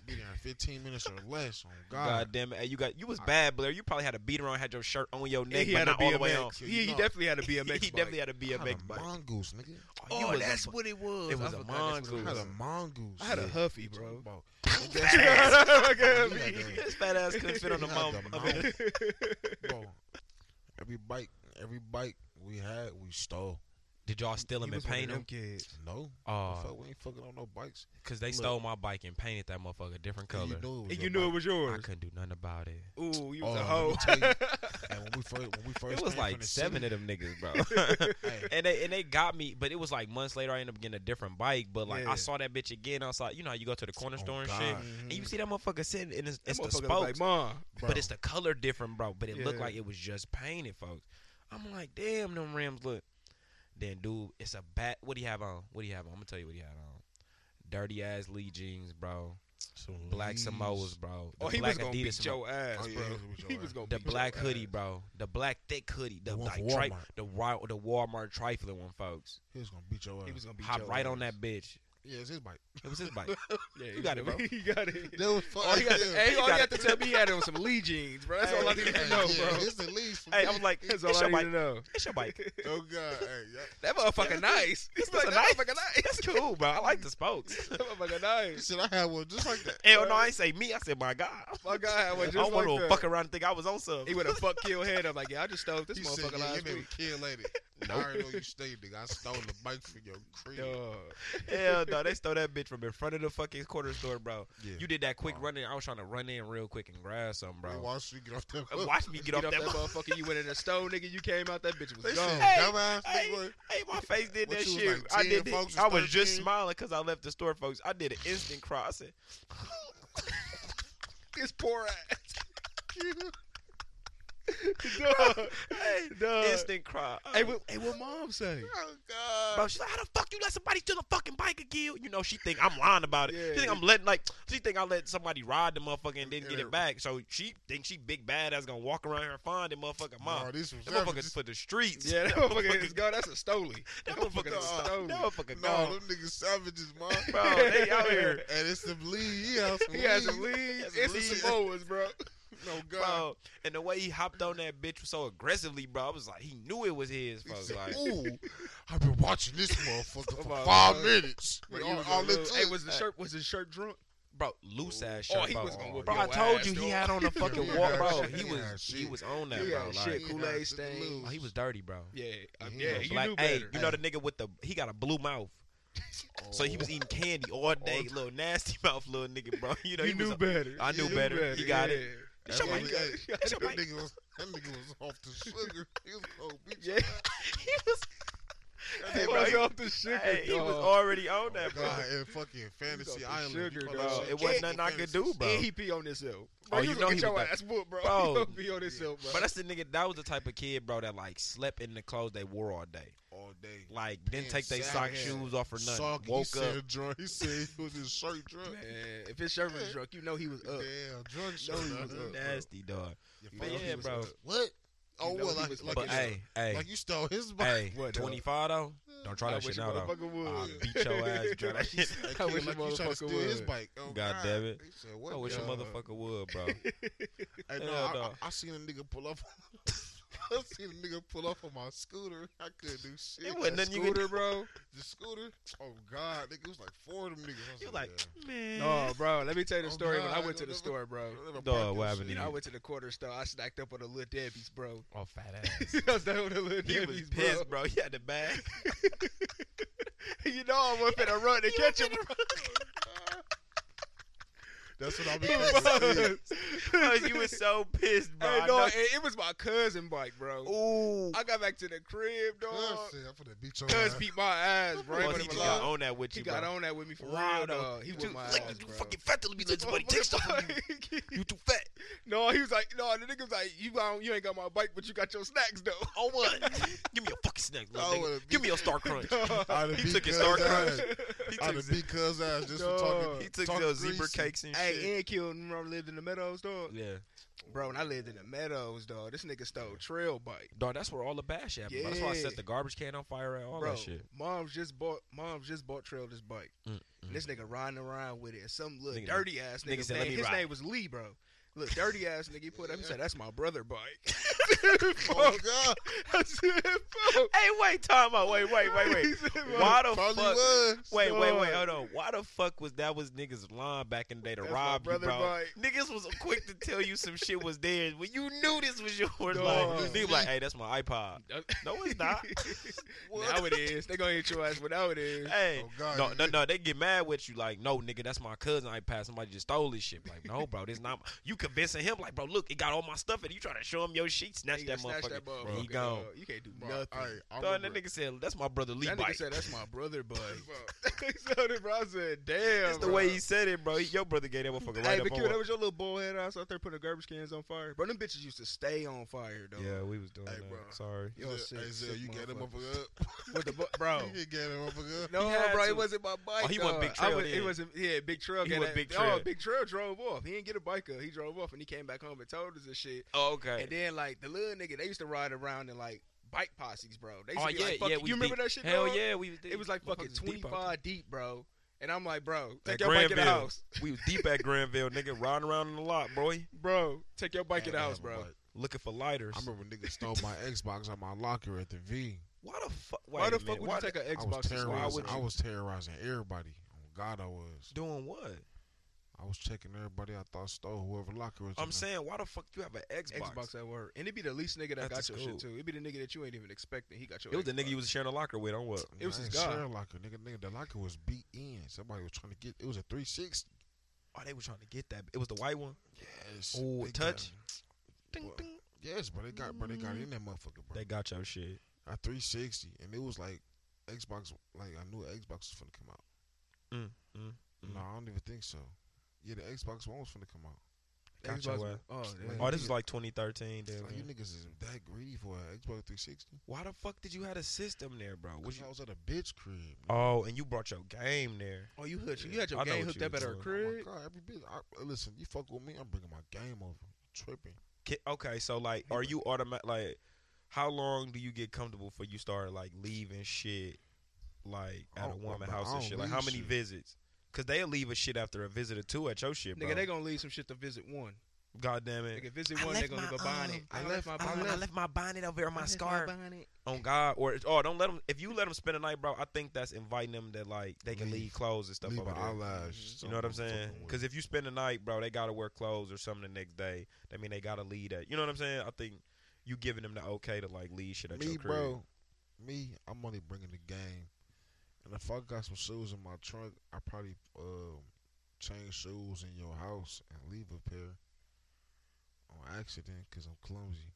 S4: Be there in 15 minutes or less. On God.
S3: God damn it! Hey, you got you was bad, Blair. You probably had a beat around, had your shirt on your
S5: Yeah,
S3: neck,
S5: he
S3: but
S5: had a
S3: not all the way
S5: BMX.
S3: on.
S4: You
S5: He, he
S4: know.
S5: definitely had a
S3: he
S5: BMX. bike.
S3: definitely had a
S4: I had
S3: BMX
S4: a
S3: bike.
S4: mongoose, nigga.
S3: Oh, you
S5: Oh,
S3: was a
S5: that's
S3: mo-
S5: what it was.
S3: It was
S5: I
S3: a
S5: forgot that's what
S3: [laughs]
S5: it
S4: I had
S5: was.
S4: a mongoose.
S5: I had a
S4: yeah.
S5: huffy, bro.
S4: Bro.
S5: [laughs]
S3: This fat ass couldn't fit on the
S4: You had
S3: mom.
S4: the
S3: I mean,
S4: Bro, every bike, every bike we had, we stole.
S3: [laughs] did y'all steal him and
S5: He was one of
S3: paint
S5: them
S3: him?
S5: kids.
S4: No,
S3: Oh,
S4: fuck, we ain't fucking on no bikes.
S3: because they stole my bike and painted that motherfucker a different
S4: And You
S3: color.
S4: knew it was
S5: And
S4: your
S5: you knew it
S4: bike.
S5: was
S3: I
S5: yours.
S3: couldn't do nothing about it.
S5: Ooh, you was a
S4: Oh,
S5: hoe.
S4: let me tell
S5: [laughs]
S4: And when we first, when we first,
S3: It was
S4: came from
S3: like
S4: the
S3: seven
S4: city,
S3: of them niggas,
S5: [laughs]
S3: bro.
S4: Hey,
S3: and they and they got me, but it was like months later. I ended up getting a different bike, but like
S5: Yeah.
S3: I saw that bitch again outside. You know how you go to the corner
S4: Oh,
S3: store and
S4: God.
S3: shit,
S5: Mhm.
S3: and you see that motherfucker sitting in his,
S5: That
S3: it's the
S5: motherfucker look
S3: spokes,
S5: like mom.
S4: bro.
S3: but it's the color different, bro. But it looked
S5: Yeah.
S3: like it was just painted, folks. I'm like, damn, them rims look. Then dude, it's a bat. What do you have on? What do you have on? I'm gonna tell you what he had on. Dirty ass Lee jeans, bro.
S4: some
S3: Black
S4: leaves.
S3: Samoas, bro. The
S5: Oh, he
S3: black
S5: was gonna
S3: Adidas
S5: beat
S3: Samoa-
S5: your ass,
S4: Oh,
S5: bro.
S4: yeah, he was
S5: He
S4: your
S5: was
S4: ass.
S5: gonna
S3: the
S5: beat your
S3: black hoodie,
S5: ass.
S3: bro. The black thick hoodie. The,
S4: The one
S3: like
S4: from
S3: tri-
S4: Walmart.
S3: the, wi- the Walmart trifling one, folks.
S4: He was gonna beat your ass.
S5: He was gonna beat
S3: Hop
S5: your
S3: right on
S5: ass.
S3: that bitch.
S4: Yeah, it's his bike.
S3: It was his
S5: [laughs]
S3: bike.
S5: Yeah,
S3: You got it, bro.
S5: You got it.
S4: [laughs] That was fun.
S5: All you got to,
S4: Yeah.
S5: hey, all you
S3: got
S5: got to tell me he had on some Lee jeans, bro. That's all I
S4: Hey,
S5: need to
S4: hey,
S5: know,
S4: yeah,
S5: bro.
S4: It's the least. For
S3: Hey,
S4: me.
S3: I'm like,
S5: That's
S3: it's
S5: all I
S3: your
S5: need
S3: bike.
S5: to know.
S3: It's your bike.
S5: [laughs]
S4: oh god, hey,
S3: [laughs]
S4: yeah.
S5: That motherfucker nice. It's
S3: That's
S5: like
S3: a
S5: that
S3: nice-
S5: motherfucker nice.
S3: That's cool, bro. I like the
S5: [laughs]
S3: spokes.
S5: That motherfucker nice.
S4: Shit, I had one just like
S5: [laughs]
S4: that.
S3: Hell no, I ain't say me. I said my God.
S5: My God, I
S3: I
S5: was just
S3: don't want
S5: like
S3: to
S5: that.
S3: fuck around and think I was on
S5: He
S3: something.
S5: would have fuck kill head. I'm like, yeah, I just stole this
S4: you said,
S5: motherfucker
S4: yeah, you
S5: last
S4: nigga
S5: week.
S4: kill lady.
S5: [laughs]
S4: I already know you stayed, nigga. I stole the bike from your crib.
S5: Dog.
S3: [laughs] Hell no, they stole that bitch from in front of the fucking quarter store, bro.
S4: Yeah.
S3: You did that quick
S4: Wow.
S3: run in. I was trying to run in real quick and grab something,
S4: Bro,
S3: bro.
S4: watch you get off that.
S3: And Watch me get,
S5: Get,
S3: off
S5: off
S3: that.
S5: that motherfucker. You went in the stove, nigga. You came out. That bitch
S4: They
S5: was
S4: said,
S5: gone.
S3: Hey,
S4: dumbass,
S3: hey,
S4: nigga.
S3: [laughs] Hey, my face did
S4: What
S3: that
S4: you was,
S3: shit.
S4: like,
S3: I
S4: 10,
S3: did. it.
S4: folks,
S3: I was just
S4: 13?
S3: smiling because I left the store, folks. I did an instant cry.
S4: [laughs]
S3: I said,
S5: This poor [laughs] ass. Dog.
S3: "Hey,
S5: Dog.
S3: instant cry." Uh,
S5: Hey, what, hey, what mom say?
S4: Oh god.
S3: Bro, she's like, how the fuck you let somebody steal a fucking bike again? You know, she think I'm lying about it.
S5: Yeah.
S3: She think I'm letting like she think I let somebody ride the motherfucker and didn't get
S4: Yeah.
S3: it back. So she think she big bad that's gonna walk around here and find the motherfucker mom.
S4: Bro, this was
S3: that motherfucker's
S4: savages.
S3: for the streets.
S5: Yeah, that motherfucker is gone. That's a stoley.
S3: [laughs] that
S4: motherfucker
S3: motherfucker is-
S5: gone.
S3: that motherfucker
S4: No,
S3: gone.
S4: them niggas savages, man.
S5: [laughs]
S3: Bro, they out here.
S4: [laughs] And it's some lead. He has some
S5: He
S4: lead.
S5: had some leads.
S3: That's
S5: It's
S4: leads.
S5: some Samoas, bro.
S4: [laughs] No god.
S3: Bro, and the way he hopped on that bitch so aggressively, bro, I was like, he knew it was his.
S4: He [laughs]
S3: Folks.
S4: said,
S3: Like,
S4: Ooh, I've been watching this motherfucker
S5: Come on,
S4: for five
S5: bro.
S4: minutes.
S5: Bro, he
S4: all
S5: was
S4: all
S5: a
S4: it
S5: little-
S4: took.
S5: Hey, was the shirt was his shirt drunk?
S3: bro, loose ass shirt.
S5: Oh, he
S3: bro.
S5: was gonna whoop
S3: Bro,
S5: your
S3: I told
S5: ass,
S3: you he
S5: dog.
S3: had on [laughs] a fucking
S4: Yeah,
S3: walk, bro.
S4: shit.
S3: He
S4: Yeah,
S3: was he
S4: shit.
S3: was on that,
S5: He
S3: bro.
S5: got
S3: Like,
S5: shit Kool Aid
S4: He had
S5: stain.
S4: to
S3: oh, he was dirty, bro.
S5: Yeah, I-
S4: He
S5: yeah,
S4: was
S5: you
S3: like,
S5: knew
S3: hey,
S5: better.
S3: you know the nigga with the he got a blue mouth, so he was
S4: oh,
S3: eating candy [laughs] all day, little nasty [laughs] mouth, little nigga, bro. You know
S5: You
S3: he
S5: knew
S3: was. [laughs]
S5: better.
S3: I knew
S5: You
S3: better. He got it.
S4: That
S3: It's your
S4: nigga-
S3: mic.
S4: hey,
S3: It's your
S4: that
S3: mic.
S4: nigga was that nigga was off the sugar. He was cold, bitch.
S5: Yeah. [laughs]
S3: he was.
S5: Hey,
S3: Hey,
S5: bro,
S3: bro,
S5: he off the sugar.
S3: Hey, he was
S5: dog.
S3: already on
S4: Oh,
S3: that, bro.
S4: God, and fucking fantasy
S5: the
S4: island.
S5: sugar,
S4: You call
S5: dog.
S4: that shit
S5: It
S4: Jack
S3: wasn't nothing
S4: or
S3: I could
S4: Fantasy?
S3: do, bro.
S5: And he pee on himself. Bro,
S3: Oh,
S5: you,
S3: you
S5: know
S3: know
S5: get
S3: he
S5: your
S3: was
S5: ass whooped, bro. [laughs]
S3: Bro.
S5: You gonna pee on himself, bro.
S3: But that's the nigga. That was the type of kid, bro, that like slept in the clothes they wore all day,
S4: All day.
S3: like didn't
S4: Man,
S3: take their
S4: sad
S3: sock
S4: ass.
S3: shoes off or nothing.
S4: Sock, he
S3: Woke up.
S4: said drunk. He said he was his shirt drunk.
S3: [laughs]
S5: [laughs] Man, if his shirt was drunk, you know he was up.
S4: Damn, drunk
S5: No,
S4: shirt.
S5: he
S4: up.
S5: was
S3: [laughs]
S5: up.
S3: Nasty dog.
S4: Your
S5: Man,
S4: phone, he was
S3: bro.
S4: up. What? Oh,
S5: You know
S4: well,
S5: he
S4: like,
S5: was
S4: like,
S5: fucking
S4: you-
S5: up.
S3: Hey, hey,
S4: like you stole his bike.
S3: hey.
S5: What, dog?
S3: Twenty five though. Don't try
S5: I
S3: that
S5: wish
S3: shit
S5: you
S3: now though.
S5: motherfucker would.
S3: I'll beat your [laughs] ass,
S5: [laughs]
S3: Joe. That shit.
S4: That
S5: I
S4: kid
S5: wish
S4: like
S5: your
S4: you tried to
S5: motherfucker
S4: steal his
S5: would.
S4: bike. Oh,
S3: God damn it.
S4: He said, what
S3: I wish your
S4: God?
S3: motherfucker would, [laughs] bro.
S4: Hey, no,
S3: Hell
S4: I,
S3: no.
S4: I, I seen a nigga pull up. [laughs] I seen a nigga pull up on my scooter. I couldn't do shit.
S3: It wasn't
S4: That
S3: nothing you could
S4: scooter,
S3: do, [laughs] bro.
S4: The scooter. Oh God, nigga, it was like four of them niggas. I
S3: You like, man.
S5: No, bro, let me tell you the
S4: Oh,
S5: story. when
S4: God,
S5: I went to
S4: don't
S5: the
S4: never-
S3: [laughs]
S5: store, bro.
S3: Dog, what happened
S4: happened
S3: to
S5: I
S3: you?
S5: went to the corner store. I snacked up on the little Debbie's,
S3: [laughs]
S5: bro. [laughs]
S3: Oh, fat
S5: I was down with the little
S3: He was
S5: Debbie's, bro.
S3: pissed, bro. He had the [laughs] bag.
S5: [laughs] you know I wasn't finna
S3: [laughs]
S5: run to catch him.
S4: That's
S3: [laughs]
S4: what I be
S5: He
S4: thinking.
S5: was.
S3: bro, you was so pissed, bro.
S5: [laughs] Hey,
S3: I
S5: dog,
S3: know-
S5: it, it was my cousin bike, bro.
S3: Ooh.
S5: I got back to the crib, dog.
S4: Cuz
S3: [laughs]
S4: said, I'm finna beat your
S5: Cuz
S4: ass.
S5: beat my ass,
S3: Bro,
S5: bro. Ain't
S3: he
S5: gonna
S3: just
S5: lie.
S3: got on that with
S5: He
S3: you,
S5: got
S3: bro.
S5: on that with me for
S3: Wow,
S5: real,
S3: dog.
S5: dog. He
S3: Dude,
S5: whooped my
S3: like,
S5: ass,
S3: you
S5: bro.
S3: fucking fat to [laughs] be
S5: [laughs]
S3: letting somebody take stuff from you. You too fat.
S5: no, he was like, no, the nigga was like, you, don't, you ain't got my bike, but you got your snacks [laughs] though.
S3: Oh, what? [laughs] Give me a fucking snack, little
S4: I would've
S3: nigga. Give
S4: beat-
S3: me a Star
S5: [laughs]
S3: Crunch. [laughs]
S5: Dog.
S4: I'da
S3: He
S4: beat
S3: took his
S4: cuz
S3: dark
S4: ass.
S3: He
S4: I'da
S3: took,
S4: beat cuz ass just for
S5: Dog.
S4: talking.
S3: he took
S4: talking
S3: those zebra
S4: greasy.
S3: cakes and shit.
S5: Hey, and Kill, remember I lived in the Meadows, dog?
S3: Yeah.
S5: Bro, and I lived in the Meadows, dog. This nigga stole trail bike.
S3: Dog, that's where all the bash happened. bro. That's why I
S5: Yeah.
S3: set the garbage can on fire and all
S5: Bro,
S3: that shit. Mm,
S5: mom's just bought mom's just bought trail this bike. And this nigga riding around with it. Some little
S3: Nigga-
S5: dirty ass nigga.
S3: nigga said,
S5: name-
S3: "Let me
S5: his
S3: ride."
S5: name was Lee, bro. Look, dirty ass nigga. He put up. He said, "That's my
S3: [laughs]
S5: brother bike." [laughs]
S4: Oh
S5: Fuck.
S4: God,
S5: I said, "Fuck."
S3: Hey, wait, time out. Wait, wait, wait,
S5: [laughs] He
S3: wait.
S5: said, "Fuck."
S3: Why the
S4: probably
S3: fuck?
S4: was.
S3: Wait, wait, wait,
S5: Dog.
S3: hold on. Why the fuck was that was niggas line back in the day to
S5: That's my
S3: rob you,
S5: brother
S3: bro?
S5: bike.
S3: Niggas was quick to tell you some shit was theirs when you knew this was yours.
S5: Dog.
S3: Like, nigga be like, hey, that's my iPod. No, it's
S5: [laughs]
S3: not.
S5: now it is. They gonna hit your ass, but now it is.
S3: hey,
S4: Oh, God,
S3: no, no,
S4: nigga.
S3: no. They get mad with you. Like, no, nigga, that's my cousin iPad. Somebody just stole this shit. Like, no, bro, this not. My-. You convincing him, like, bro, look, it got all my stuff, and you trying to show him your sheet, snatch
S5: Nigga,
S3: that
S5: snatch
S3: motherfucker.
S5: that
S3: and he
S5: motherfucker,
S3: gone.
S5: dog. You can't do
S4: Bro,
S5: nothing.
S4: hey, I
S3: Dog, and that
S4: remember-
S3: nigga said, that's my brother Lee
S5: that nigga
S3: Bike.
S5: said, "That's my [laughs] brother bike." [laughs] he said it, bro. I said, "Damn."
S3: That's the
S5: bro.
S3: way he said it, bro. He- your brother gave that motherfucker right
S5: hey,
S3: up
S5: but
S3: on
S5: Q, that
S3: one.
S5: was your little bull head ass out there putting the garbage cans on fire. Bro, them bitches used to stay on fire, though.
S3: Yeah, we was doing
S4: Hey,
S3: that.
S4: bro.
S3: Sorry.
S5: Yo,
S4: Hey,
S5: sick,
S4: Zell,
S5: sick
S4: you got that
S5: motherfucker.
S4: motherfucker up. [laughs]
S5: With the bu- [laughs] bro.
S4: You got that motherfucker up.
S5: No,
S3: had
S5: bro,
S3: to.
S5: it wasn't my bike.
S3: Oh, he
S5: dog.
S3: wasn't Big
S5: I
S3: Trail
S5: was- It
S3: then.
S5: wasn't. Yeah, Big Trail.
S3: He
S5: got
S3: wasn't
S5: that-
S3: Big Trail.
S5: Oh, Big Trail drove off. He didn't get a bike up. He drove off and he came back home and told us this shit.
S3: Oh, okay.
S5: And then like the little nigga, they used to ride around in like bike posses, bro. They used
S3: oh
S5: to be
S3: yeah,
S5: like, fucking,
S3: yeah. We
S5: you remember
S3: deep.
S5: that shit?
S3: Hell
S5: dog?
S3: yeah, we.
S5: It was like fucking
S3: Motherfuckers deep uh,
S5: twenty
S3: out
S5: five deep, bro. And I'm like, bro,
S3: At
S5: take your bike in the
S3: Granville.
S5: house,
S3: We was deep at Granville, nigga, riding around in the lot, boy,
S5: bro. Take your bike in the
S4: I
S5: house,
S4: had my
S5: bro.
S4: bike.
S3: looking for lighters.
S4: I remember niggas stole my Xbox out my locker at the V.
S3: why the fuck?
S5: Why
S3: wait a
S5: the fuck
S3: minute,
S5: would
S3: why
S5: you
S3: the-
S5: take an
S4: I was
S5: Xbox? to school?
S3: why
S4: terrorizing.
S3: would
S4: I
S3: you-
S4: was terrorizing everybody. Oh God, I was.
S3: doing what?
S4: I was checking everybody. I thought stole whoever locker was. in
S3: I'm
S4: there.
S3: saying, why the fuck you have an Xbox?
S5: Xbox at work, and it'd be the least nigga that
S3: At the
S5: got your
S3: school.
S5: shit too. It'd be the nigga that you ain't even expecting. He got your.
S3: It was the
S5: Xbox.
S3: nigga you was sharing a locker with on what?
S5: It was
S4: I
S5: his
S4: ain't
S5: guy.
S4: share locker, nigga. Nigga, the locker was beat in. Somebody was trying to get. It was a three six.
S3: Oh, they were trying to get that. It was the white one.
S4: Yes.
S3: Ooh,
S4: they
S3: touch.
S4: Ding,
S3: Well,
S4: ding. Got, yes, but they got, but they got in that motherfucker, bro.
S3: They got your shit.
S4: a three sixty, and it was like Xbox. Like I knew Xbox was finna come out.
S3: Mm, mm, mm.
S4: No, I don't even think so. Yeah, the Xbox One was finna come out.
S3: Got
S5: Xbox-
S3: your ass.
S5: Oh,
S4: Like,
S5: damn.
S3: Oh, this is like 2013. Then.
S4: Like, you niggas is that greedy for an Xbox three sixty?
S3: Why the fuck did you have a system there, bro? Was you-
S4: I was at a bitch crib. nigga.
S3: oh, and you brought your game there.
S5: oh, you hooked. You had
S3: I know
S5: your game
S3: what
S5: hooked
S3: you
S5: up at
S3: was
S5: her
S4: Oh my
S5: crib.
S4: god, every bitch. I, listen, you fuck with me, I'm bringing my game over. You tripping?
S3: Ki- Okay, so like, are you automatic? Like, how long do you get comfortable before you start like leaving shit, like
S4: I
S5: Oh,
S3: at a
S4: don't-
S3: woman
S4: I
S3: house and
S4: don't
S3: shit? Like, how
S4: leave
S3: many
S4: shit.
S3: visits? Cause they'll leave a shit after a visit or two at your shit, bro.
S5: Nigga, they gonna leave some shit to visit one.
S3: God damn it!
S5: Nigga, visit
S3: I
S5: one, they
S3: left
S5: gonna leave
S3: my,
S5: a bonnet.
S3: um,
S4: I left- I
S5: bonnet.
S4: left-
S3: my bonnet over here on
S5: I left bonnet.
S3: on God or oh don't let them if you let them spend the night, bro. I think that's inviting them that like they can leave,
S4: Leave.
S3: clothes and stuff
S4: Leave
S3: over
S4: my
S3: there.
S5: uh,
S4: eyelashes.
S3: You know what I'm saying?
S4: fucking with.
S3: Because if you spend the night, bro, they gotta wear clothes or something the next day. That mean they gotta leave that. You know what I'm saying? I think you giving them the okay to like leave shit at
S4: me,
S3: your crib.
S4: bro, me, I'm only bringing the game. And if I got some shoes in my trunk, I probably um, change shoes in your house and leave a pair on accident because I'm clumsy.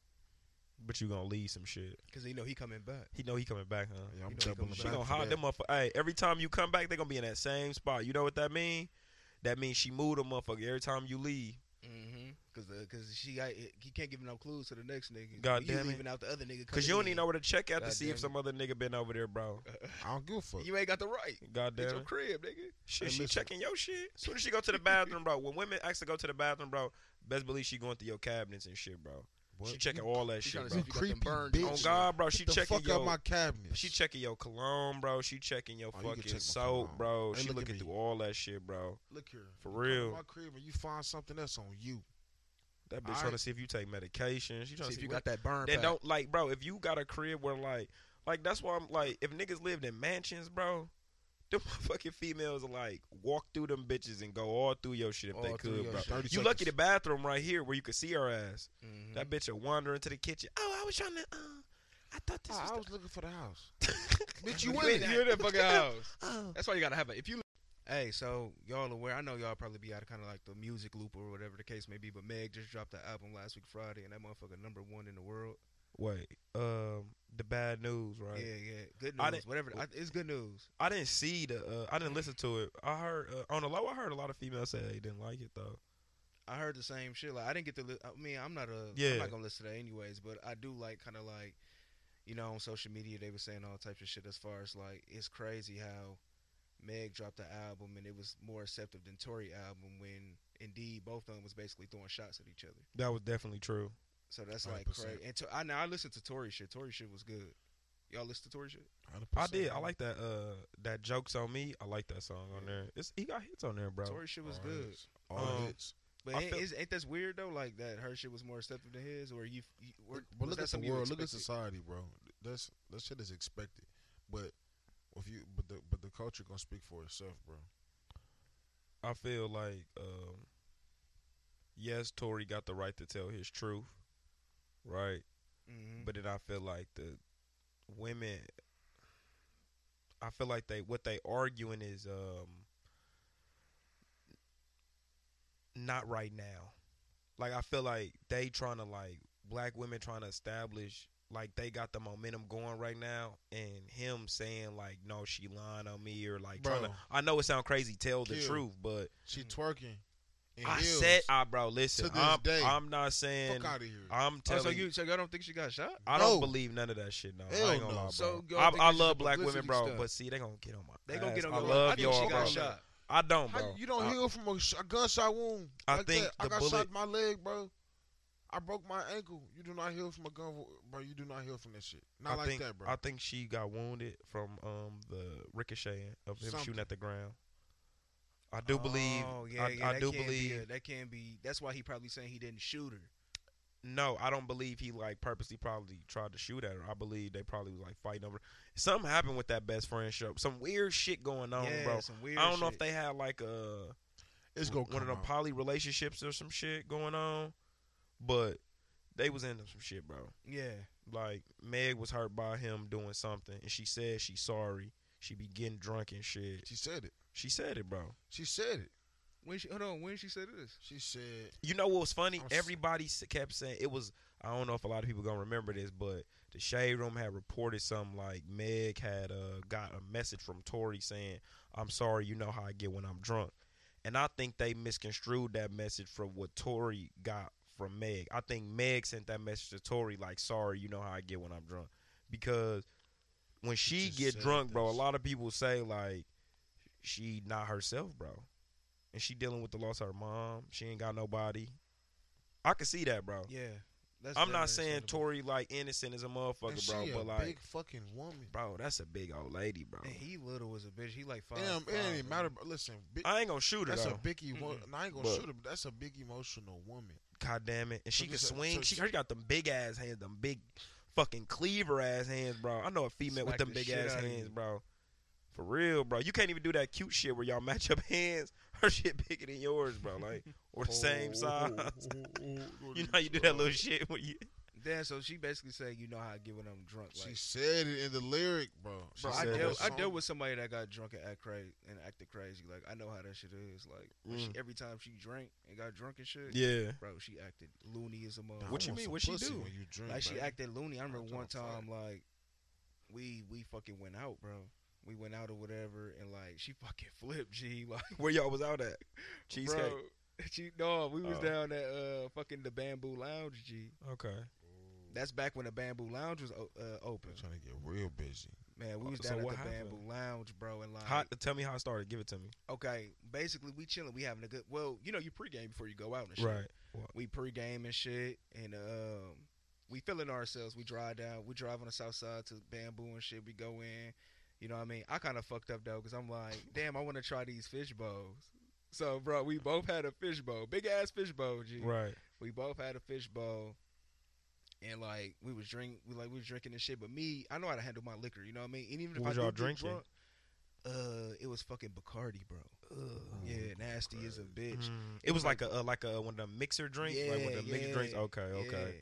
S3: But you gonna leave some shit.
S5: Cause you know he coming back.
S3: He know he coming back, huh?
S4: Yeah, I'm
S5: know,
S4: doubling
S5: she
S3: She
S4: back
S3: gonna
S4: for
S3: hide
S4: that.
S3: them motherfucker. Hey, every time you come back, they gonna be in that same spot. You know what that mean? That means she moved a motherfucker every time you leave.
S5: Mm-hmm. Cause the, cause she got he can't give no clues to the next nigga.
S3: God
S5: You
S3: damn it.
S5: leaving out the other nigga.
S3: Cause you don't even know where to check at
S5: God
S3: to see
S5: damn
S3: if some other nigga been over there, bro.
S4: I don't give a fuck.
S5: You ain't got the right.
S3: God
S5: It's
S3: damn.
S5: your
S3: it.
S5: crib, nigga.
S3: Shit,
S4: Hey,
S3: she
S4: listen.
S3: checking your shit. Soon as she go to the bathroom, bro. When women ask to go to the bathroom, bro, best believe she going through your cabinets and shit, bro.
S4: What?
S3: She checking
S4: You
S3: all that
S5: She
S3: shit,
S5: tryna
S3: bro.
S5: see if you got them
S4: creepy
S5: burn
S4: bitch.
S5: joints.
S3: On God, bro,
S4: Get
S3: she
S4: the
S3: checking
S4: fuck out
S3: your
S4: my cabinet.
S3: she checking your cologne, bro. She checking your
S4: Oh, you can
S3: fucking
S4: check my
S3: soap,
S4: cologne.
S3: bro.
S4: Hey,
S3: she
S4: look at
S3: looking
S4: me.
S3: through all that shit, bro.
S4: Look here.
S3: For
S4: You come to
S3: real.
S4: My crib and you find something that's on you.
S3: That bitch
S4: Alright.
S3: trying to see if you take medication. She trying
S5: See
S3: to
S5: if you
S3: what-
S5: got that burn.
S3: Then
S5: pack.
S3: don't like, bro. If you got a crib where like, like that's why I'm like, if niggas lived in mansions, bro, them [laughs] fucking females are like walk through them bitches and go all through your shit if they
S5: All through
S3: could,
S5: your
S3: bro.
S5: shit.
S4: 30
S3: You lucky the bathroom right here where you could see her ass.
S5: Mhm.
S4: Mm-hmm.
S3: That bitch will wander into the kitchen. Oh, I was trying to. Uh, I thought this
S4: Oh, I
S3: was.
S4: was looking for the house.
S3: the-
S5: [laughs]
S4: Bitch, you
S5: You
S4: in
S5: in
S4: it.
S5: you in that fucking house.
S3: Oh.
S5: That's why you gotta have it. If you, hey, so y'all aware? I know y'all probably be out of kind of like the music loop or whatever the case may be. But Meg just dropped the album last week Friday, and that motherfucker number one in the world.
S3: Wait, um, the bad news, right?
S5: Yeah, yeah, good
S3: I
S5: news.
S3: didn't-
S5: Whatever, I, it's good news.
S3: I didn't see the. Uh, I didn't listen to it. I heard uh, on the low. I heard a lot of females say they didn't like it though.
S5: I heard the same shit. Like I didn't get to. Li- I mean, I'm not a.
S3: Yeah.
S5: am not gonna listen to that anyways. But I do like kind of like, you know, on social media they were saying all types of shit. As far as like, it's crazy how Meg dropped the album and it was more receptive than Tory album when indeed both of them was basically throwing shots at each other.
S3: That was definitely true.
S5: So that's like
S4: 100%.
S5: crazy. And to, I know I listened to Tory shit. Tory shit was good. Y'all listen to Tory shit?
S3: I did. I like that. Uh, that jokes on me. I like that song on there. It's he got hits on there, bro.
S5: Tory shit was
S4: All
S5: good.
S4: hits. All
S3: Um,
S4: hits.
S5: But
S3: I
S5: ain't,
S3: feel-
S5: is, ain't that's weird though? Like that her shit was more receptive than his, or you? you or,
S4: But
S5: was
S4: look at
S5: that
S4: the
S5: something you
S4: world, look at
S5: expected?
S4: society, bro. That's that shit is expected. But if you, but the but the culture gonna speak for itself, bro.
S3: I feel like, um, yes, Tory got the right to tell his truth, right?
S5: Mhm.
S4: Mm-hmm.
S3: But then I feel like the women, I feel like they what they arguing is um, not right now. Like I feel like they trying to like black women trying to establish like they got the momentum going right now, and him saying like no, she lying on me or like trying to.
S4: Bro.
S3: I know it sound crazy, tell the
S4: Kill.
S3: truth, but
S4: She twerking. In
S3: I
S4: heels.
S3: said, ah, bro, listen,
S4: To this
S3: I'm,
S4: day.
S3: I'm not saying.
S4: fuck out of here.
S3: I'm
S5: Oh,
S3: telling
S5: so
S3: you,
S5: you, so y'all don't think she got shot?
S3: I don't
S4: No.
S3: believe none of that shit. No, I
S4: Hell
S3: ain't gonna
S4: no.
S3: lie, bro.
S5: So, y'all
S3: I,
S5: think
S3: I
S5: it's just
S3: love
S5: a
S3: black women,
S5: publicity
S3: bro.
S5: stuff.
S3: But see, they gonna get on my.
S5: They gonna get
S3: ass.
S5: on.
S3: I
S5: your nerves. I
S3: love
S5: think
S3: y'all,
S5: she got
S3: bro.
S5: shot.
S3: I don't,
S4: How
S3: bro.
S4: you- you don't
S3: I-
S4: heal from a, sh- a gunshot wound.
S3: I
S4: like
S3: think
S4: that. I
S3: the
S4: got shot
S3: bullet-
S4: in my leg, bro. I broke my ankle. You do not heal from a gun, wo- bro. You do not heal from that shit. Not
S3: I
S4: like
S3: think
S4: that, bro.
S3: I think she got wounded from um the ricocheting of him
S4: Something.
S3: shooting at the ground. I do believe.
S5: Oh, yeah,
S3: I,
S5: yeah,
S3: I
S5: that
S3: do
S5: can't be
S3: believe.
S5: a- that can be. That's why he probably saying he didn't shoot her.
S3: No, I don't believe he like purposely probably tried to shoot at her. I believe they probably was like fighting over. Something happened with that best friend show. Some weird shit going on,
S5: yeah,
S3: bro.
S5: some weird
S3: I don't know if
S5: shit.
S3: they had like a
S4: It's gonna
S3: one
S4: come
S3: of them
S4: out.
S3: poly relationships or some shit going on, but they was into some shit, bro.
S5: Yeah,
S3: Like Meg was hurt by him doing something, and she said she's sorry. She be getting drunk and shit.
S4: She said it.
S3: She said it, bro.
S4: She said it.
S5: when she hold on, when she said this,
S4: She said
S3: You know what was funny?
S4: I'm s-
S3: Everybody s- kept saying it was. I don't know if a lot of people gonna remember this, but the shade room had reported something like Meg had uh, got a message from Tori saying, "I'm sorry, you know how I get when I'm drunk," and I think they misconstrued that message from what Tori got from Meg. I think Meg sent that message to Tori like, "Sorry, you know how I get when I'm drunk," because when she
S4: just
S3: get
S4: said
S3: drunk, bro, a
S4: this.
S3: lot of people say like she not herself, bro. And she dealing with the loss of her mom. She ain't got nobody. I can see that, bro.
S5: yeah. That's
S3: I'm not
S5: definitely
S3: saying
S5: understandable.
S3: Tori like innocent as a motherfucker,
S4: and she
S3: bro.
S4: a
S3: But like,
S4: big fucking woman.
S3: bro, that's a big old lady, bro.
S5: And he little was a bitch. He like five.
S4: Damn,
S5: five,
S4: it ain't even
S5: bro.
S4: matter. But listen, big,
S3: I ain't gonna shoot her
S4: that's a
S3: though.
S4: big. emo- and I ain't gonna
S3: But-
S4: shoot her, but that's a big emotional woman.
S3: God damn it! And
S4: So
S3: she can
S4: just-
S3: swing.
S4: so-
S3: She she got them big ass hands, them big fucking cleaver ass hands, bro. I know a female with
S5: Smack
S3: them
S5: the
S3: big
S5: shit
S3: ass
S5: outta
S3: hands,
S5: you.
S3: bro. For real, bro. You can't even do that cute shit where y'all match up [laughs] hands. Her shit bigger than yours, bro. Like or the same
S5: Oh,
S3: size. [laughs] You know how you do that little shit when you
S5: Damn, so she basically said, you know how I get when I'm drunk.
S4: She
S5: Like,
S4: said it in the lyric, bro. She
S5: bro, I
S4: said
S3: said
S5: dealt,
S4: that
S5: I
S4: song.
S5: dealt with somebody that got drunk and act crazy and acted crazy. Like I know how that shit is. Like when
S4: Mm.
S5: she, every time she drank and got drunk and shit,
S3: Yeah.
S5: bro, she acted loony as a
S4: Nah,
S5: motherfucker.
S4: I
S3: What you
S4: want
S3: mean?
S4: some
S3: What she
S4: pussy
S3: do?
S4: when you drink,
S5: Like she
S4: baby.
S5: acted loony. I remember
S4: That's
S5: one
S4: what I'm
S5: time, like we we fucking went out, bro. We went out or whatever, and like she [laughs] fucking flipped. G [laughs] like
S3: where y'all was out at. Cheesecake.
S5: bro. [laughs] She no, we was
S3: Oh.
S5: down at uh fucking the Bamboo Lounge. G.
S3: Okay.
S5: That's back when the Bamboo Lounge was o- uh, open.
S4: I'm trying to get real busy.
S5: Man, we was
S3: Oh, So
S5: down at
S3: what
S5: the
S3: happened?
S5: Bamboo Lounge, bro, and like
S3: How, tell me how it started. Give it to me.
S5: okay, basically we chilling, we having a good. Well, you know, you pregame before you go out and shit. We pregame and shit, and um, we feeling ourselves. We drive down, we drive on the south side to Bamboo and shit. We go in, you know what I mean. I kind of fucked up though, cause I'm like, [laughs] damn, I want to try these fish bowls. So, bro, we both had a fish bowl, big ass fish bowl, G.
S3: Right.
S5: We both had a fish bowl. And like we was drink, we like we was drinking and shit. But me, I know how to handle my liquor. You know what I mean. And even if
S3: What
S5: I
S3: was y'all
S5: do get
S3: drinking?
S5: drunk, uh, it was fucking Bacardi, bro.
S3: Oh,
S5: yeah, nasty as a bitch.
S3: It was like a uh, like a one of the mixer drinks. like one of the
S5: Yeah,
S3: mixer drinks.
S5: yeah,
S3: Okay. Okay.
S5: Yeah.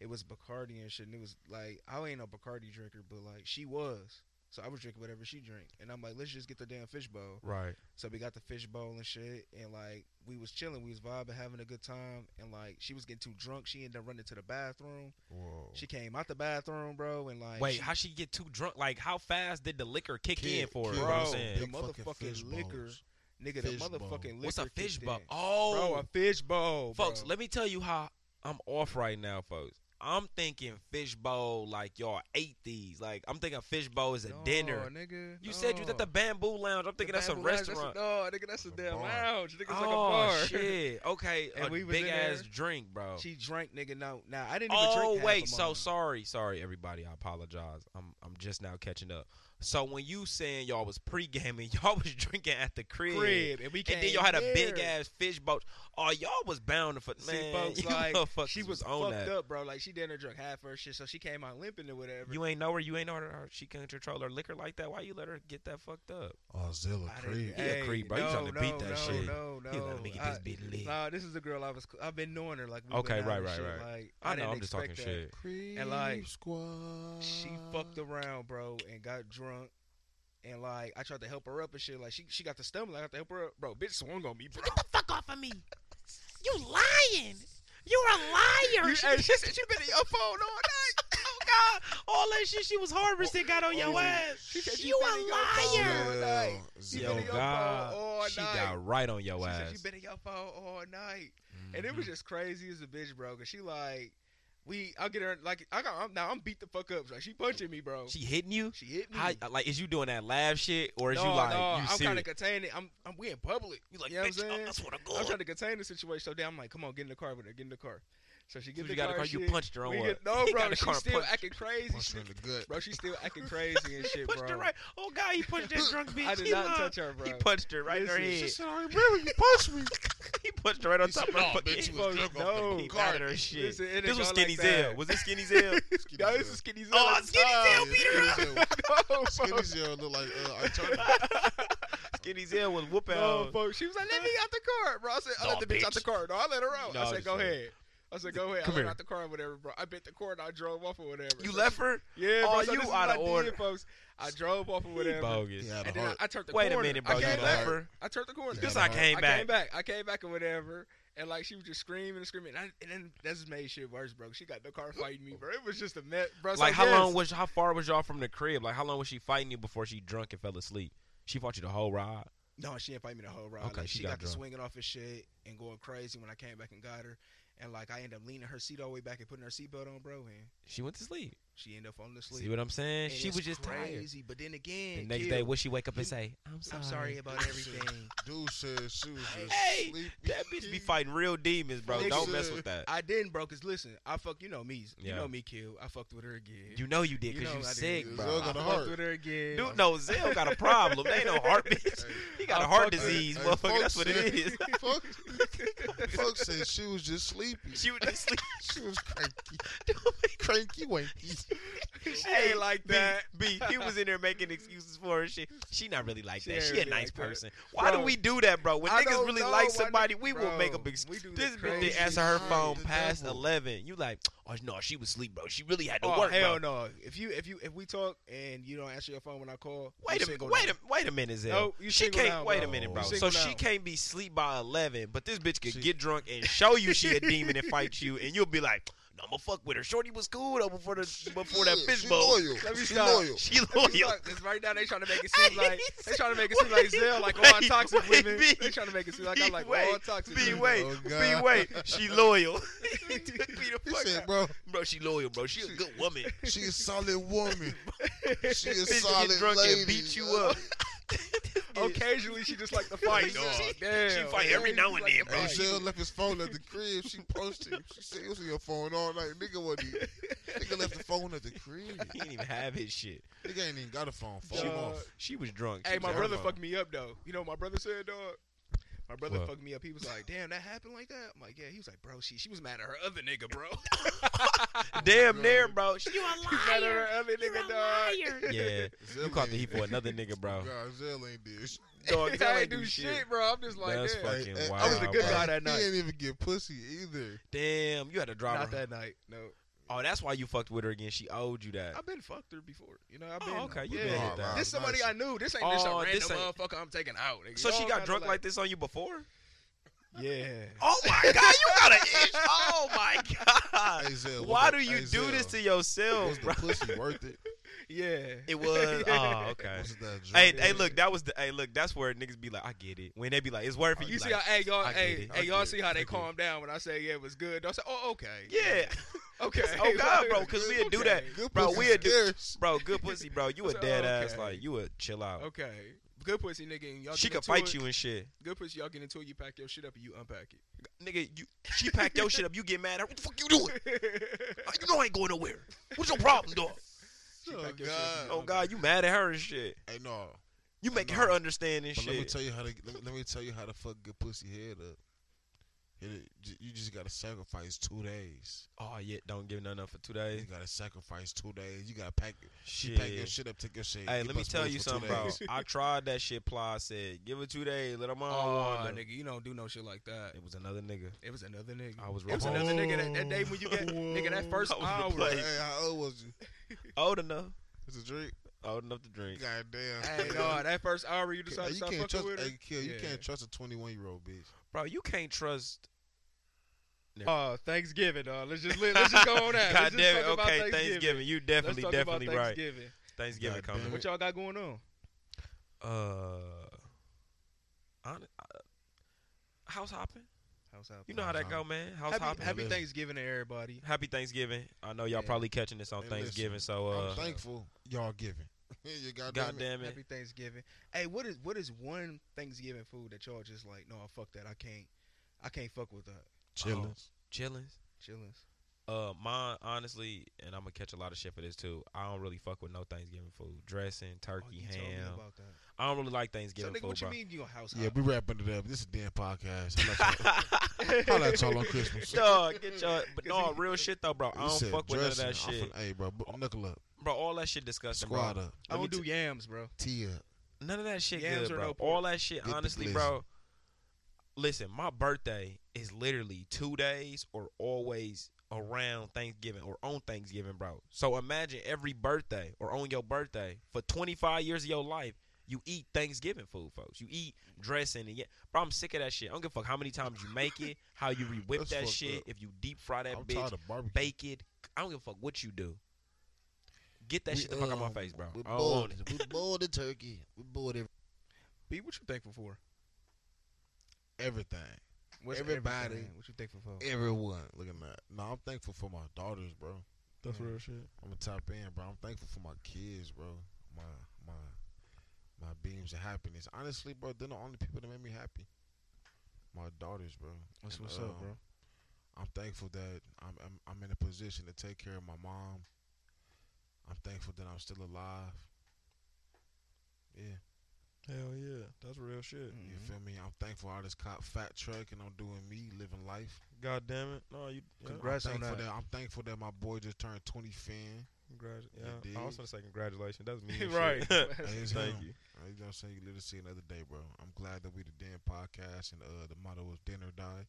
S5: It was Bacardi and shit. And it was like, I ain't no Bacardi drinker, but like, she was. So I was drinking whatever she drank. And I'm like, let's just get the damn fishbowl.
S3: Right.
S5: So we got the fishbowl and shit. And like, we was chilling. We was vibing, having a good time. And like, she was getting too drunk. She ended up running to the bathroom.
S4: Whoa.
S5: She came out the bathroom, bro. And like,
S3: Oh. Wait,
S5: she-
S3: how she get too drunk? Like, how fast did the liquor kick in for her?
S5: kid,
S3: What I'm
S5: bro.
S3: saying.
S5: The motherfucking liquor nigga, the
S4: fish bowl.
S5: motherfucking liquor.
S3: What's a
S5: kicked
S3: fish
S5: in.
S3: bowl? Oh,
S5: Bro, a fish bowl.
S3: folks,
S5: bro.
S3: let me tell you how I'm off right now, folks. I'm thinking fish bowl like y'all ate these. Like I'm thinking fish bowl is a
S5: No,
S3: dinner.
S5: nigga.
S3: You said you was at the
S5: no.
S3: Bamboo Lounge. I'm
S5: The
S3: thinking that's a
S5: Bamboo Lounge,
S3: restaurant.
S5: No, nigga, that's a
S4: It's a
S5: damn
S4: bar.
S5: lounge. Nigga, it's like a
S3: oh
S5: bar.
S3: shit! Okay,
S5: [laughs] And
S3: a
S5: we was
S3: big
S5: in
S3: ass
S5: there.
S3: drink, bro.
S5: She drank, nigga. No, nah, I didn't even
S3: Oh
S5: drink.
S3: wait,
S5: half a
S3: so
S5: mine.
S3: sorry, sorry everybody. I apologize. I'm I'm just now catching up. So when you saying y'all was pre gaming, [laughs] y'all was drinking at the crib,
S5: Crib, and we
S3: and then
S5: came
S3: y'all had a
S5: here.
S3: big ass fish boat. Oh, y'all was bound to for
S5: See,
S3: man. [laughs]
S5: folks,
S3: you
S5: like
S3: motherfuckers
S5: she was,
S3: on
S5: fucked
S3: that.
S5: up, bro. Like she didn't drink half her shit, so she came out limping or whatever.
S3: You ain't know her. You ain't know her. her- She couldn't control her liquor like that. Why you let her get that fucked up?
S4: Oh, Zilla
S5: I didn't-
S4: Creek.
S3: Yeah,
S5: hey,
S3: creep, bro. You
S5: No,
S3: trying to
S5: no,
S3: beat that
S5: no,
S3: shit.
S5: No, no,
S3: You let me get
S5: I-
S3: this bitch lit.
S5: Nah, this is the girl I was. I've been knowing her. Like we
S3: Okay,
S5: went out
S3: right,
S5: and
S3: right,
S5: shit,
S3: right.
S5: Like,
S3: I, know.
S5: didn't
S3: I'm just talking
S5: expect that.
S3: shit.
S5: And, like,
S4: Creep squad.
S5: She fucked around, bro, and got drunk. And like I tried to help her up and shit. Like she she got the stumble. I got to help her up, bro. Bitch swung on me, bro.
S6: Get the fuck off of me. You lying. You're a liar.
S5: You-
S6: She-
S5: hey, she said she been in your phone all night.
S6: [laughs]
S5: Oh,
S6: oh God! All that shit she was harvesting got on your ass.
S5: She said she
S6: You
S5: been
S6: a
S5: in your phone
S6: liar.
S5: all
S4: Yeah,
S5: night. She
S4: Zilla.
S5: been
S3: Yo,
S5: in your phone all
S3: God, she
S5: night.
S3: got right on your
S5: She
S3: ass. Mm-hmm.
S5: said she been in your phone all night,
S4: Mm-hmm.
S5: and it was just crazy as a bitch, bro. Cause she like we I get her like I got I'm, now I'm beat the fuck up. Like she punching me, bro. She,
S3: She hitting you?
S5: hit me.
S3: How, like, is you doing that laugh shit, or is
S5: Mm. no,
S3: you like
S5: no,
S3: you
S5: I'm
S3: serious?
S5: kind of containing. I'm, I'm we in public.
S6: You like,
S5: You uh, know what I'm
S6: bitch,
S5: saying?
S6: I swear to
S5: I'm
S6: God.
S5: trying to contain the situation. So damn, I'm like, come on, get in the car with her. Get in the car. So she
S3: You
S5: get the
S3: got a
S5: car.
S3: car,
S5: and
S3: you
S5: shit.
S3: punched her on
S5: We
S3: what?
S5: get,
S3: [laughs]
S5: no,
S3: He
S5: bro,
S3: got a
S5: she's
S3: car
S5: still
S3: punched.
S5: acting crazy.
S4: Punch
S5: She,
S4: her in the
S5: [laughs]
S4: gut.
S5: bro, she's still acting
S3: [laughs]
S5: crazy and shit,
S3: pushed
S5: bro.
S3: her right. Oh God, he punched that drunk bitch.
S5: [laughs] I did
S3: He
S5: not
S3: lied.
S5: touch her, bro.
S3: He punched her right in her
S5: Listen,
S3: head.
S4: I remember you punched me.
S3: [laughs] he punched her right on
S4: He
S3: top
S5: "Oh,
S4: said,
S3: of her
S4: "Nah,
S3: fucking
S4: bitch, you
S3: head.
S4: was drunk off the
S3: He
S4: coke."
S3: battered her shit.
S5: Listen, it
S3: this
S5: ain't
S3: was
S5: go
S3: Skinny
S5: like
S3: Zell.
S5: that.
S3: Was it Skinny
S5: [laughs]
S3: Zell?
S5: No, this is Skinny Zell.
S3: oh, Skinny Zell beat her up.
S4: Skinny
S3: [laughs]
S5: No,
S4: Skinny
S5: bro.
S4: Zell look like uh, Arturus.
S3: Skinny Zell was whooping
S5: No,
S3: her.
S5: bro. She was like, "Let me out the car, bro." I said, "I
S3: Nah,
S5: let the bitch, out
S3: bitch.
S5: the car." No, I let her out.
S3: Nah,
S5: I
S3: I'm
S5: said,
S3: just
S5: "Go
S3: saying.
S5: ahead." I said, "Go ahead."
S3: Come
S5: I let
S3: here.
S5: her out the car, or whatever, bro. I bit the car and I drove off or whatever.
S3: You
S5: So
S3: left
S5: she-
S3: her?
S5: Yeah, bro.
S3: Oh,
S5: so
S3: you
S5: this is
S3: out
S5: what
S3: of
S5: I did,
S3: order.
S5: folks. I drove off or whatever.
S3: He bogus.
S4: He had a
S5: And then I,
S4: heart.
S5: I turned the
S3: Wait a
S5: corner.
S3: minute,
S5: I
S3: bro. You
S5: came
S4: gotta
S5: back.
S3: left
S5: I turned the corner.
S3: This
S4: Yeah,
S3: I
S4: bro.
S3: came
S5: I
S3: back.
S5: came back. I came back and whatever. And like she was just screaming and screaming, and, I, and then that just made shit worse, bro. She got in the car fighting me, bro. It was just a mess, bro. So,
S3: Like how
S5: yes.
S3: long was how far was y'all from the crib? Like how long was she fighting you before she drunk and fell asleep? She fought you the whole ride.
S5: No, she didn't fight me the whole ride.
S3: Okay,
S5: like,
S3: she
S5: she,
S3: got
S5: got, to
S3: drunk.
S5: swinging off his shit and going crazy when I came back and got her. And like I ended up leaning her seat all the way back and putting her seatbelt on, bro. And
S3: She went to sleep.
S5: she ended up falling asleep.
S3: See what I'm saying?
S5: And
S3: she
S5: it's
S3: was just tired.
S5: crazy. But then again,
S3: The next
S5: Q,
S3: day, would she wake up and
S5: You-
S3: say, "I'm sorry"?
S5: I'm sorry about everything.
S4: Dude said she was just
S3: Hey,
S4: sleepy.
S3: That bitch be fighting real demons, [laughs] bro.
S5: Nigga
S3: Don't
S4: said-
S3: mess with that.
S5: I didn't, bro. Cause listen, I fuck. You know me.
S3: Yeah.
S5: You know me, Q. I fucked with her again.
S3: You know you did because
S5: know
S3: you,
S5: I did.
S3: sick,
S4: Zell
S3: bro.
S5: I
S4: got a
S5: fucked
S4: heart.
S5: with her again.
S3: Dude, no, Zell got a problem. They ain't no heart,
S5: [laughs]
S3: bitch. He got a heart
S5: fuck-
S3: disease,
S4: hey, hey,
S3: motherfucker. That's
S4: folks,
S3: what it
S5: [laughs]
S3: is. [laughs]
S4: [laughs] Fuck, fuck said she was just sleepy.
S3: She was just sleep.
S4: [laughs] She was
S3: [laughs]
S4: cranky. cranky wanky.
S5: [laughs] she ain't like
S3: [laughs] B,
S5: that.
S3: B, he was in there making excuses for her. She, she not really like
S5: She
S3: that.
S5: ain't
S3: She a
S5: really
S3: nice
S5: like that.
S3: person. Why do
S5: Bro,
S3: we do that, bro? When
S5: I
S3: niggas
S5: don't
S3: really
S5: know
S3: like
S5: why nig-
S3: somebody, we will make
S5: bro,
S3: up excuses.
S5: we do the
S3: This bitch
S5: crazy
S3: didn't answer her
S4: shit.
S3: phone
S4: The
S3: past
S4: devil.
S3: eleven. You like, oh no, she was asleep, bro. She really had to
S5: Oh
S3: work,
S5: hell
S3: bro.
S5: no! If you if you if we talk and you don't answer your phone when I call,
S3: Wait
S5: you
S3: a minute,
S5: single
S3: wait
S5: now.
S3: a wait a minute, Zell.
S5: Nope, you
S3: she
S5: single
S3: can't
S5: now,
S3: wait
S5: bro.
S3: a minute, bro.
S5: You
S3: So
S5: single
S3: she
S5: now.
S3: can't be sleep by eleven, but this bitch could
S4: She-
S3: get drunk and show you
S5: [laughs]
S3: she a demon and fight you, and you'll be like, no, I'ma fuck with her. Shorty was cool though before the [laughs] before that
S4: Yeah,
S3: fish
S4: she
S3: bowl.
S4: Loyal.
S5: Let me
S4: she
S5: stop.
S4: loyal.
S3: She [laughs]
S5: It's
S3: loyal.
S5: like- Cause right now they trying to make it
S3: [laughs]
S5: seem like they trying to make it seem
S3: Wait,
S5: like Zell like all
S3: wait,
S5: toxic
S3: wait,
S5: women.
S3: B,
S5: they trying to make it seem like
S3: B,
S5: I'm like
S3: wait,
S5: all toxic
S3: B
S5: women.
S3: wait,
S4: Oh,
S3: B
S4: God.
S3: wait, she
S5: [laughs]
S3: loyal. he took me the
S4: He
S3: fuck
S4: said,
S3: out. [laughs]
S4: bro,
S3: Bro, she loyal, bro. She a good woman.
S5: [laughs]
S4: she a solid
S3: [laughs]
S4: woman. She a
S3: Bitch get
S4: solid
S3: drunk
S4: lady.
S3: and beat you
S5: [laughs]
S3: up. [laughs]
S5: Occasionally she just like to fight.
S3: She-
S5: dog.
S3: she
S5: Damn.
S3: fight every
S5: Occasionally
S3: now and
S5: she like
S3: then,
S5: to
S3: bro.
S4: Hey,
S5: fight.
S4: Zell left his phone
S3: [laughs]
S4: at the crib. She punched him. She said, it was on your phone all night. Nigga wasn't even. Nigga left the phone at the crib.
S3: He didn't even have his shit.
S4: Nigga ain't even got a phone. Phone
S5: Dog.
S4: off.
S3: She was drunk.
S5: [laughs] Hey,
S3: She
S5: my
S3: was
S5: brother
S3: drunk.
S5: fucked me up though. You know what my brother said, dog. My brother
S3: What?
S5: fucked me up. He was like, "Damn, that happened like that." I'm like, "Yeah." He was like, "Bro, she she was mad at her other nigga,
S3: [laughs]
S5: bro." [laughs]
S3: Damn near, bro. She- She- you a
S5: She was mad at her
S3: liar.
S5: other
S3: You're
S5: nigga,
S3: a
S5: dog.
S3: liar.
S5: [laughs]
S3: Yeah,
S4: Zell
S3: you caught the
S4: ain't- [laughs]
S3: heat for another nigga, bro.
S4: God, Zell ain't did shit.
S3: Dog, Zell
S5: I
S3: ain't
S5: ain't do shit, bro. I'm just like,
S3: That's
S5: "Damn."
S3: fucking
S4: Hey, hey,
S3: wild.
S4: I was the
S5: good
S3: bro.
S5: guy that
S4: He
S5: night.
S4: ain't even get pussy either.
S3: Damn, you had to drive
S5: Not
S3: her.
S5: that night. No,
S3: Oh, that's why you fucked with her again. She owed you that.
S5: I've been fucked her before. You know, I've
S3: Oh,
S5: been.
S3: okay, you
S5: yeah.
S3: been hit that.
S5: This somebody I knew. This ain't just a
S3: Oh,
S5: random
S3: this ain't-
S5: motherfucker I'm taking out. nigga.
S3: So she
S5: Y'all
S3: got
S5: kinda
S3: drunk like this on you before?
S5: Yeah.
S3: Oh my God, you got an itch. Oh
S5: [laughs]
S3: my God.
S4: Hey, Zell, was
S3: Uh, Why
S4: the-
S3: do you
S4: hey,
S3: do this
S4: Zell,
S3: to
S4: Was
S3: yourself,
S4: the
S5: [laughs]
S3: bro?
S4: pussy worth it?
S5: Yeah.
S3: It was.
S5: [laughs]
S3: Oh, [laughs] okay.
S4: Was it that drunk?
S3: Hey,
S5: Yeah.
S3: hey, look, that was the. Hey, look, that's where niggas be like, I get it. When they be like, it's worth it.
S5: Oh, You see
S3: like,
S5: how hey y'all
S3: I get
S5: hey
S3: it. I
S5: hey y'all
S3: get
S5: see
S3: it.
S5: how
S3: I
S5: they
S3: get
S5: calm down when I say yeah it was good. They'll say oh okay
S3: yeah.
S5: okay
S3: Oh God, bro, because
S5: [laughs]
S3: we'll do that,
S5: Okay.
S4: Good
S3: bro.
S4: pussy
S3: We'll do,
S4: scarce.
S3: bro. Good pussy, bro. You
S5: I
S3: a
S5: [laughs] said,
S3: dead
S5: oh,
S3: ass.
S5: okay.
S3: Like you a chill out.
S5: Okay, good pussy nigga. And y'all
S3: She
S5: get
S3: could
S5: into
S3: fight
S5: it.
S3: you and shit,
S5: Good pussy y'all get into it. You pack your shit up and you unpack it.
S3: nigga. You she packed your shit up. You get mad at her. What the fuck you doing?
S5: you [laughs]
S3: You know I ain't going nowhere. What's your problem, dog?
S4: Oh,
S5: pack your shit up
S4: God.
S5: and you
S3: Oh God, you mad at her and shit.
S4: Hey, no.
S3: You making
S4: know.
S3: her understand and
S4: But let me
S3: shit.
S4: tell you how to let me, let me tell you how to fuck good pussy head up. Hit it, j- you just gotta sacrifice two days.
S3: Oh yeah, don't give nothing up for two
S4: You
S3: days.
S4: gotta sacrifice two days. You gotta pack
S3: Shit.
S4: pack your shit up, take your shit.
S3: Hey,
S4: get
S3: let me
S4: bust
S3: tell
S4: moves
S3: you
S4: for two
S3: something, bro.
S4: days.
S3: I tried that shit. Ply said, "Give it two days. Let her mom
S5: Oh,
S3: on."
S5: nigga, you don't do no shit like that.
S3: It was another nigga.
S5: It was another nigga.
S3: I was
S5: It was
S3: wrong.
S5: another nigga that, that day when you got
S4: [laughs]
S3: [laughs]
S5: nigga that first
S3: I was
S5: hour.
S3: replaced.
S4: Hey, how old was you?
S3: Old enough.
S4: It's a drink.
S3: Old enough to drink.
S4: God damn. [laughs]
S3: [laughs]
S5: Hey, no, that first hour you
S4: Hey,
S5: decided to
S4: you
S5: stop
S4: can't
S5: fucking
S4: trust.
S5: with her.
S4: Hey, kill. You
S5: Yeah.
S4: can't trust a twenty-one year old bitch.
S3: Bro, you can't trust.
S5: Oh, Thanksgiving, dog. Let's just let, let's just go
S3: [laughs]
S5: on that.
S3: God
S5: let's just
S3: damn it.
S5: talk about
S3: Okay,
S5: Thanksgiving.
S3: Thanksgiving. You
S5: Let's
S3: definitely,
S5: talk
S3: definitely
S5: about
S3: right.
S5: Thanksgiving.
S3: Thanksgiving
S4: God damn
S3: coming.
S4: it.
S5: What y'all got going on?
S3: Uh, hon- uh, house hopping.
S5: How's
S3: You know how that
S4: House
S3: go, man. House
S5: Happy,
S3: hopping.
S5: happy
S4: Listen.
S5: Thanksgiving to everybody.
S3: Happy Thanksgiving. I know y'all
S5: Yeah.
S3: probably catching this on
S4: Hey,
S3: Thanksgiving,
S4: listen,
S3: so uh,
S4: I'm thankful y'all
S3: [laughs]
S4: giving. you goddamn.
S3: God damn it.
S5: Happy Thanksgiving. Hey, what is what is one Thanksgiving food that y'all just like? No, fuck that. I can't. I can't fuck with that.
S3: Oh,
S4: Chillin'.
S3: Chillings.
S5: Chillings.
S3: Uh, mine honestly, and I'm gonna catch a lot of shit for this too. I don't really fuck with no Thanksgiving food, dressing,
S5: Oh,
S3: turkey, ham. I don't really like
S5: So
S3: Thanksgiving
S5: nigga,
S3: food,
S5: what you
S3: bro.
S5: mean you gonna house
S4: Yeah,
S5: hop?
S4: we wrapping it up. This is Dan podcast.
S3: [laughs]
S4: Holla at y'all- Holla at
S5: [laughs]
S4: y'all on Christmas.
S3: [laughs] Dog, get your but no real shit though, bro. I
S4: You
S3: don't
S4: said
S3: fuck with none of that
S4: dressing. I'm
S3: shit,
S4: finna- Hey, bro, bu- knuckle up,
S3: bro. All that shit disgusting, bro.
S4: squad up,
S5: I
S3: Let me
S5: don't do yams, bro.
S4: tee up.
S3: None of that shit
S5: Yams
S3: good,
S5: or
S3: bro.
S5: no pork.
S3: All that shit,
S4: Get the
S3: honestly,
S4: glizzy.
S3: bro. Listen, my birthday is literally two days or always around Thanksgiving or on Thanksgiving, bro. So imagine every birthday or on your birthday for 25 years of your life, you eat Thanksgiving food, folks. You eat dressing and yeah, bro. I'm sick of that shit. I don't give a fuck how many times you make
S4: [laughs]
S3: it, how you re-whip
S4: That's
S3: that
S4: fucked
S3: shit,
S4: up.
S3: if you deep fry that
S4: I'm
S3: bitch,
S4: tired of barbecue.
S3: bake it. I don't give a fuck what you do. Get that
S4: We,
S3: shit the fuck out my
S4: um,
S3: face, bro.
S4: We
S3: I don't want
S4: boiled,
S3: it.
S4: we boiled the turkey. We boiled every-
S5: B, what you thankful for?
S3: [laughs]
S4: everything.
S5: What's
S4: Everybody.
S5: everything? What you thankful for?
S4: Everyone. Look at that. No, I'm thankful for my daughters, bro.
S5: That's real
S4: shit. I'm a top end, bro. I'm thankful for my kids, bro. My my my beams of happiness. Honestly, bro, they're the only people that make me happy. My daughters, bro.
S5: What's
S4: And,
S5: what's up,
S4: um,
S5: bro?
S4: I'm thankful that I'm, I'm I'm in a position to take care of my mom. I'm thankful that I'm still alive. Yeah,
S3: Hell yeah, that's real shit.
S4: you
S5: Mm-hmm.
S4: feel me? I'm thankful I just caught fat truck and I'm doing me, living life.
S3: God damn it! No, you. yeah,
S5: Congrats
S4: I'm
S5: on
S4: thankful
S5: that.
S4: that. I'm thankful that my boy just turned 20 fan.
S3: Congrats.
S4: You
S3: Yeah,
S4: dig?
S3: I was gonna say congratulations. That's
S4: [laughs]
S3: me.
S5: right.
S4: Hey, it's
S3: [laughs] Thank
S4: him.
S3: you.
S4: Uh, You know what I'm saying? You live to see another day, bro. I'm glad that we the damn podcast and uh, the motto is dinner die.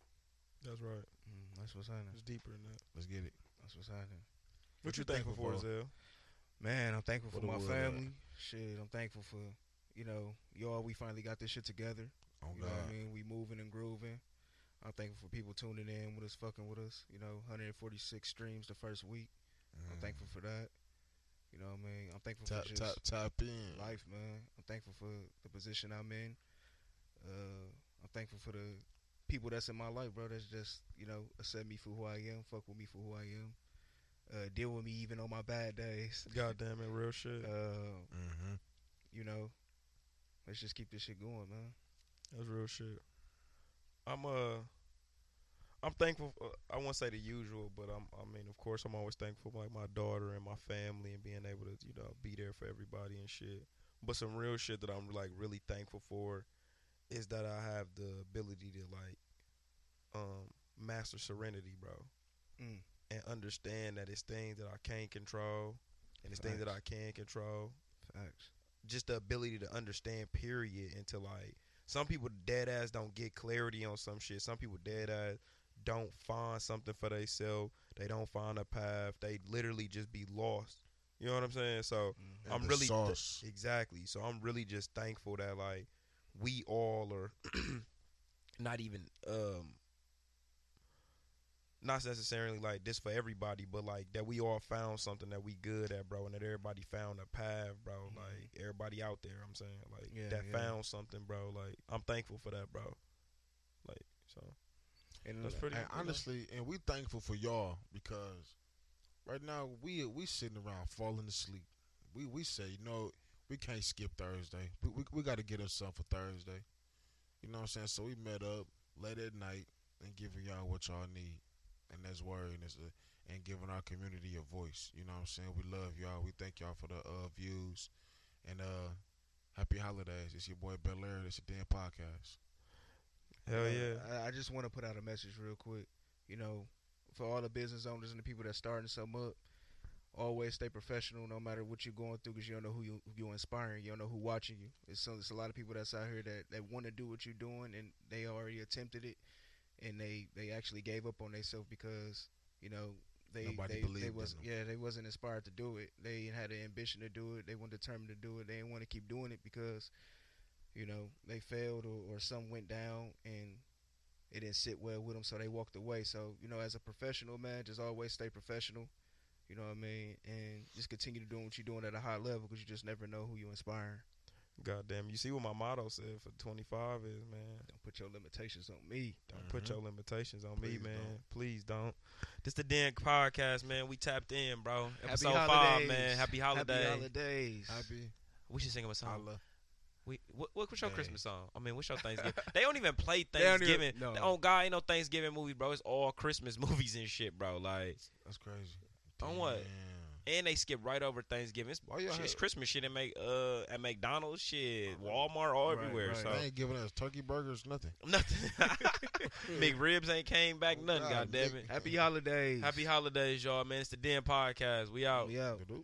S3: That's right.
S5: Mm, That's what's happening.
S3: It's deeper than that.
S4: Let's get it.
S5: That's what's happening.
S3: What, you thankful for, Zell?
S5: Man, I'm thankful
S4: What
S5: for
S4: a
S5: my
S4: world.
S5: family. Shit, I'm thankful for you know y'all. We finally got this shit together.
S4: Oh
S5: You know
S4: God.
S5: what I mean? We moving and grooving. I'm thankful for people tuning in with us, fucking with us. You know, 146 streams the first week. I'm
S4: Mm.
S5: thankful for that. You know what I mean? I'm thankful
S4: Top
S5: for just
S4: top top in.
S5: life, man. I'm thankful for the position I'm in. Uh, I'm thankful for the people that's in my life, bro. That's just you know accept me for who I am, fuck with me for who I am, uh, deal with me even on my bad days.
S3: God damn it, real shit.
S5: Uh,
S4: Mm-hmm.
S5: you know, let's just keep this shit going, man.
S3: That's real shit. I'm uh, I'm thankful. For, I won't say the usual, but I'm. I mean, of course, I'm always thankful for like my daughter and my family and being able to you know be there for everybody and shit. But some real shit that I'm like really thankful for is that I have the ability to like um master serenity, bro,
S5: Mm.
S3: and understand that it's things that I can't control and it's things that I
S5: Facts.
S3: can control
S5: Facts.
S3: just the ability to understand period and to like some people dead ass don't get clarity on some shit some people dead ass don't find something for themselves they don't find a path they literally just be lost you know what i'm saying so
S5: Mhm.
S4: And
S3: i'm
S4: the
S3: really
S4: sauce.
S3: exactly so i'm really just thankful that like we all are [clears throat] not even um not necessarily like this for everybody, but like that we all found something that we good at, bro, and that everybody found a path, bro.
S5: Mhm.
S3: Like everybody out there, I'm saying, like
S5: Yeah,
S3: that
S5: yeah.
S3: found something, bro. Like I'm thankful for that, bro. Like so,
S5: And
S3: that's
S5: uh,
S3: pretty.
S4: And honestly, and we thankful for y'all because right now we we sitting around falling asleep. We we say, you know, we can't skip Thursday. We we, we got to get us up for Thursday. You know what I'm saying? So we met up late at night and giving y'all what y'all need, and that's word and it's a, and giving our community a voice. You know what I'm saying? We love y'all. We thank y'all for the uh, views, and uh, happy holidays. It's your boy Bel Air. It's your damn podcast.
S3: hell
S5: uh,
S3: yeah,
S5: I, I just want to put out a message real quick. You know, for all the business owners and the people that's starting something up, always stay professional no matter what you're going through because you don't know who you who you inspiring. You don't know who watching you. It's, so, it's a lot of people that's out here that, that want to do what you're doing and they already attempted it and they, they actually gave up on themselves because, you know, they,
S4: Nobody
S5: they,
S4: believed
S5: they
S4: in
S5: was
S4: them.
S5: yeah they wasn't inspired to do it they ain't had an ambition to do it they weren't determined to do it they didn't want to keep doing it because you know they failed or, or some went down and it didn't sit well with them so they walked away so you know as a professional man just always stay professional you know what i mean and just continue to doing what you're doing at a high level because you just never know who you inspire
S3: God damn. You see what my motto said for 25 is, man.
S5: don't put your limitations on me
S3: Don't put
S4: Mhm.
S3: your limitations on me,
S4: Please
S3: man.
S4: don't.
S3: Please don't. This the Dan podcast, man. We tapped in, bro. Episode five,
S5: holidays.
S3: man. Happy holiday.
S5: happy holidays
S4: Happy
S3: Um, we should sing him a song.
S4: holla.
S3: We what, what's your
S1: Dang.
S3: Christmas song? I mean, what's
S5: [laughs]
S3: your Thanksgiving? they don't even play
S5: don't
S3: Thanksgiving.
S5: even- no.
S3: They- Oh God, ain't no Thanksgiving movie, bro. It's all Christmas [laughs] movies and shit, bro. Like,
S4: That's crazy.
S3: On what? and they skip right over Thanksgiving. It's,
S4: Why y'all
S3: shit, it's
S4: have-
S3: Christmas shit at make uh at McDonald's, shit, Walmart, all
S5: Right,
S3: everywhere.
S5: right.
S3: So [laughs]
S5: [laughs]
S4: They ain't giving us turkey burgers, nothing.
S3: nothing. [laughs] McRibs ain't came back.
S5: Oh,
S3: Nothing.
S4: God,
S3: God, damn
S4: Mc-
S3: it.
S5: Happy holidays.
S3: Happy holidays, y'all, man. It's the Den Podcast. We out.
S5: We out.
S4: Doop.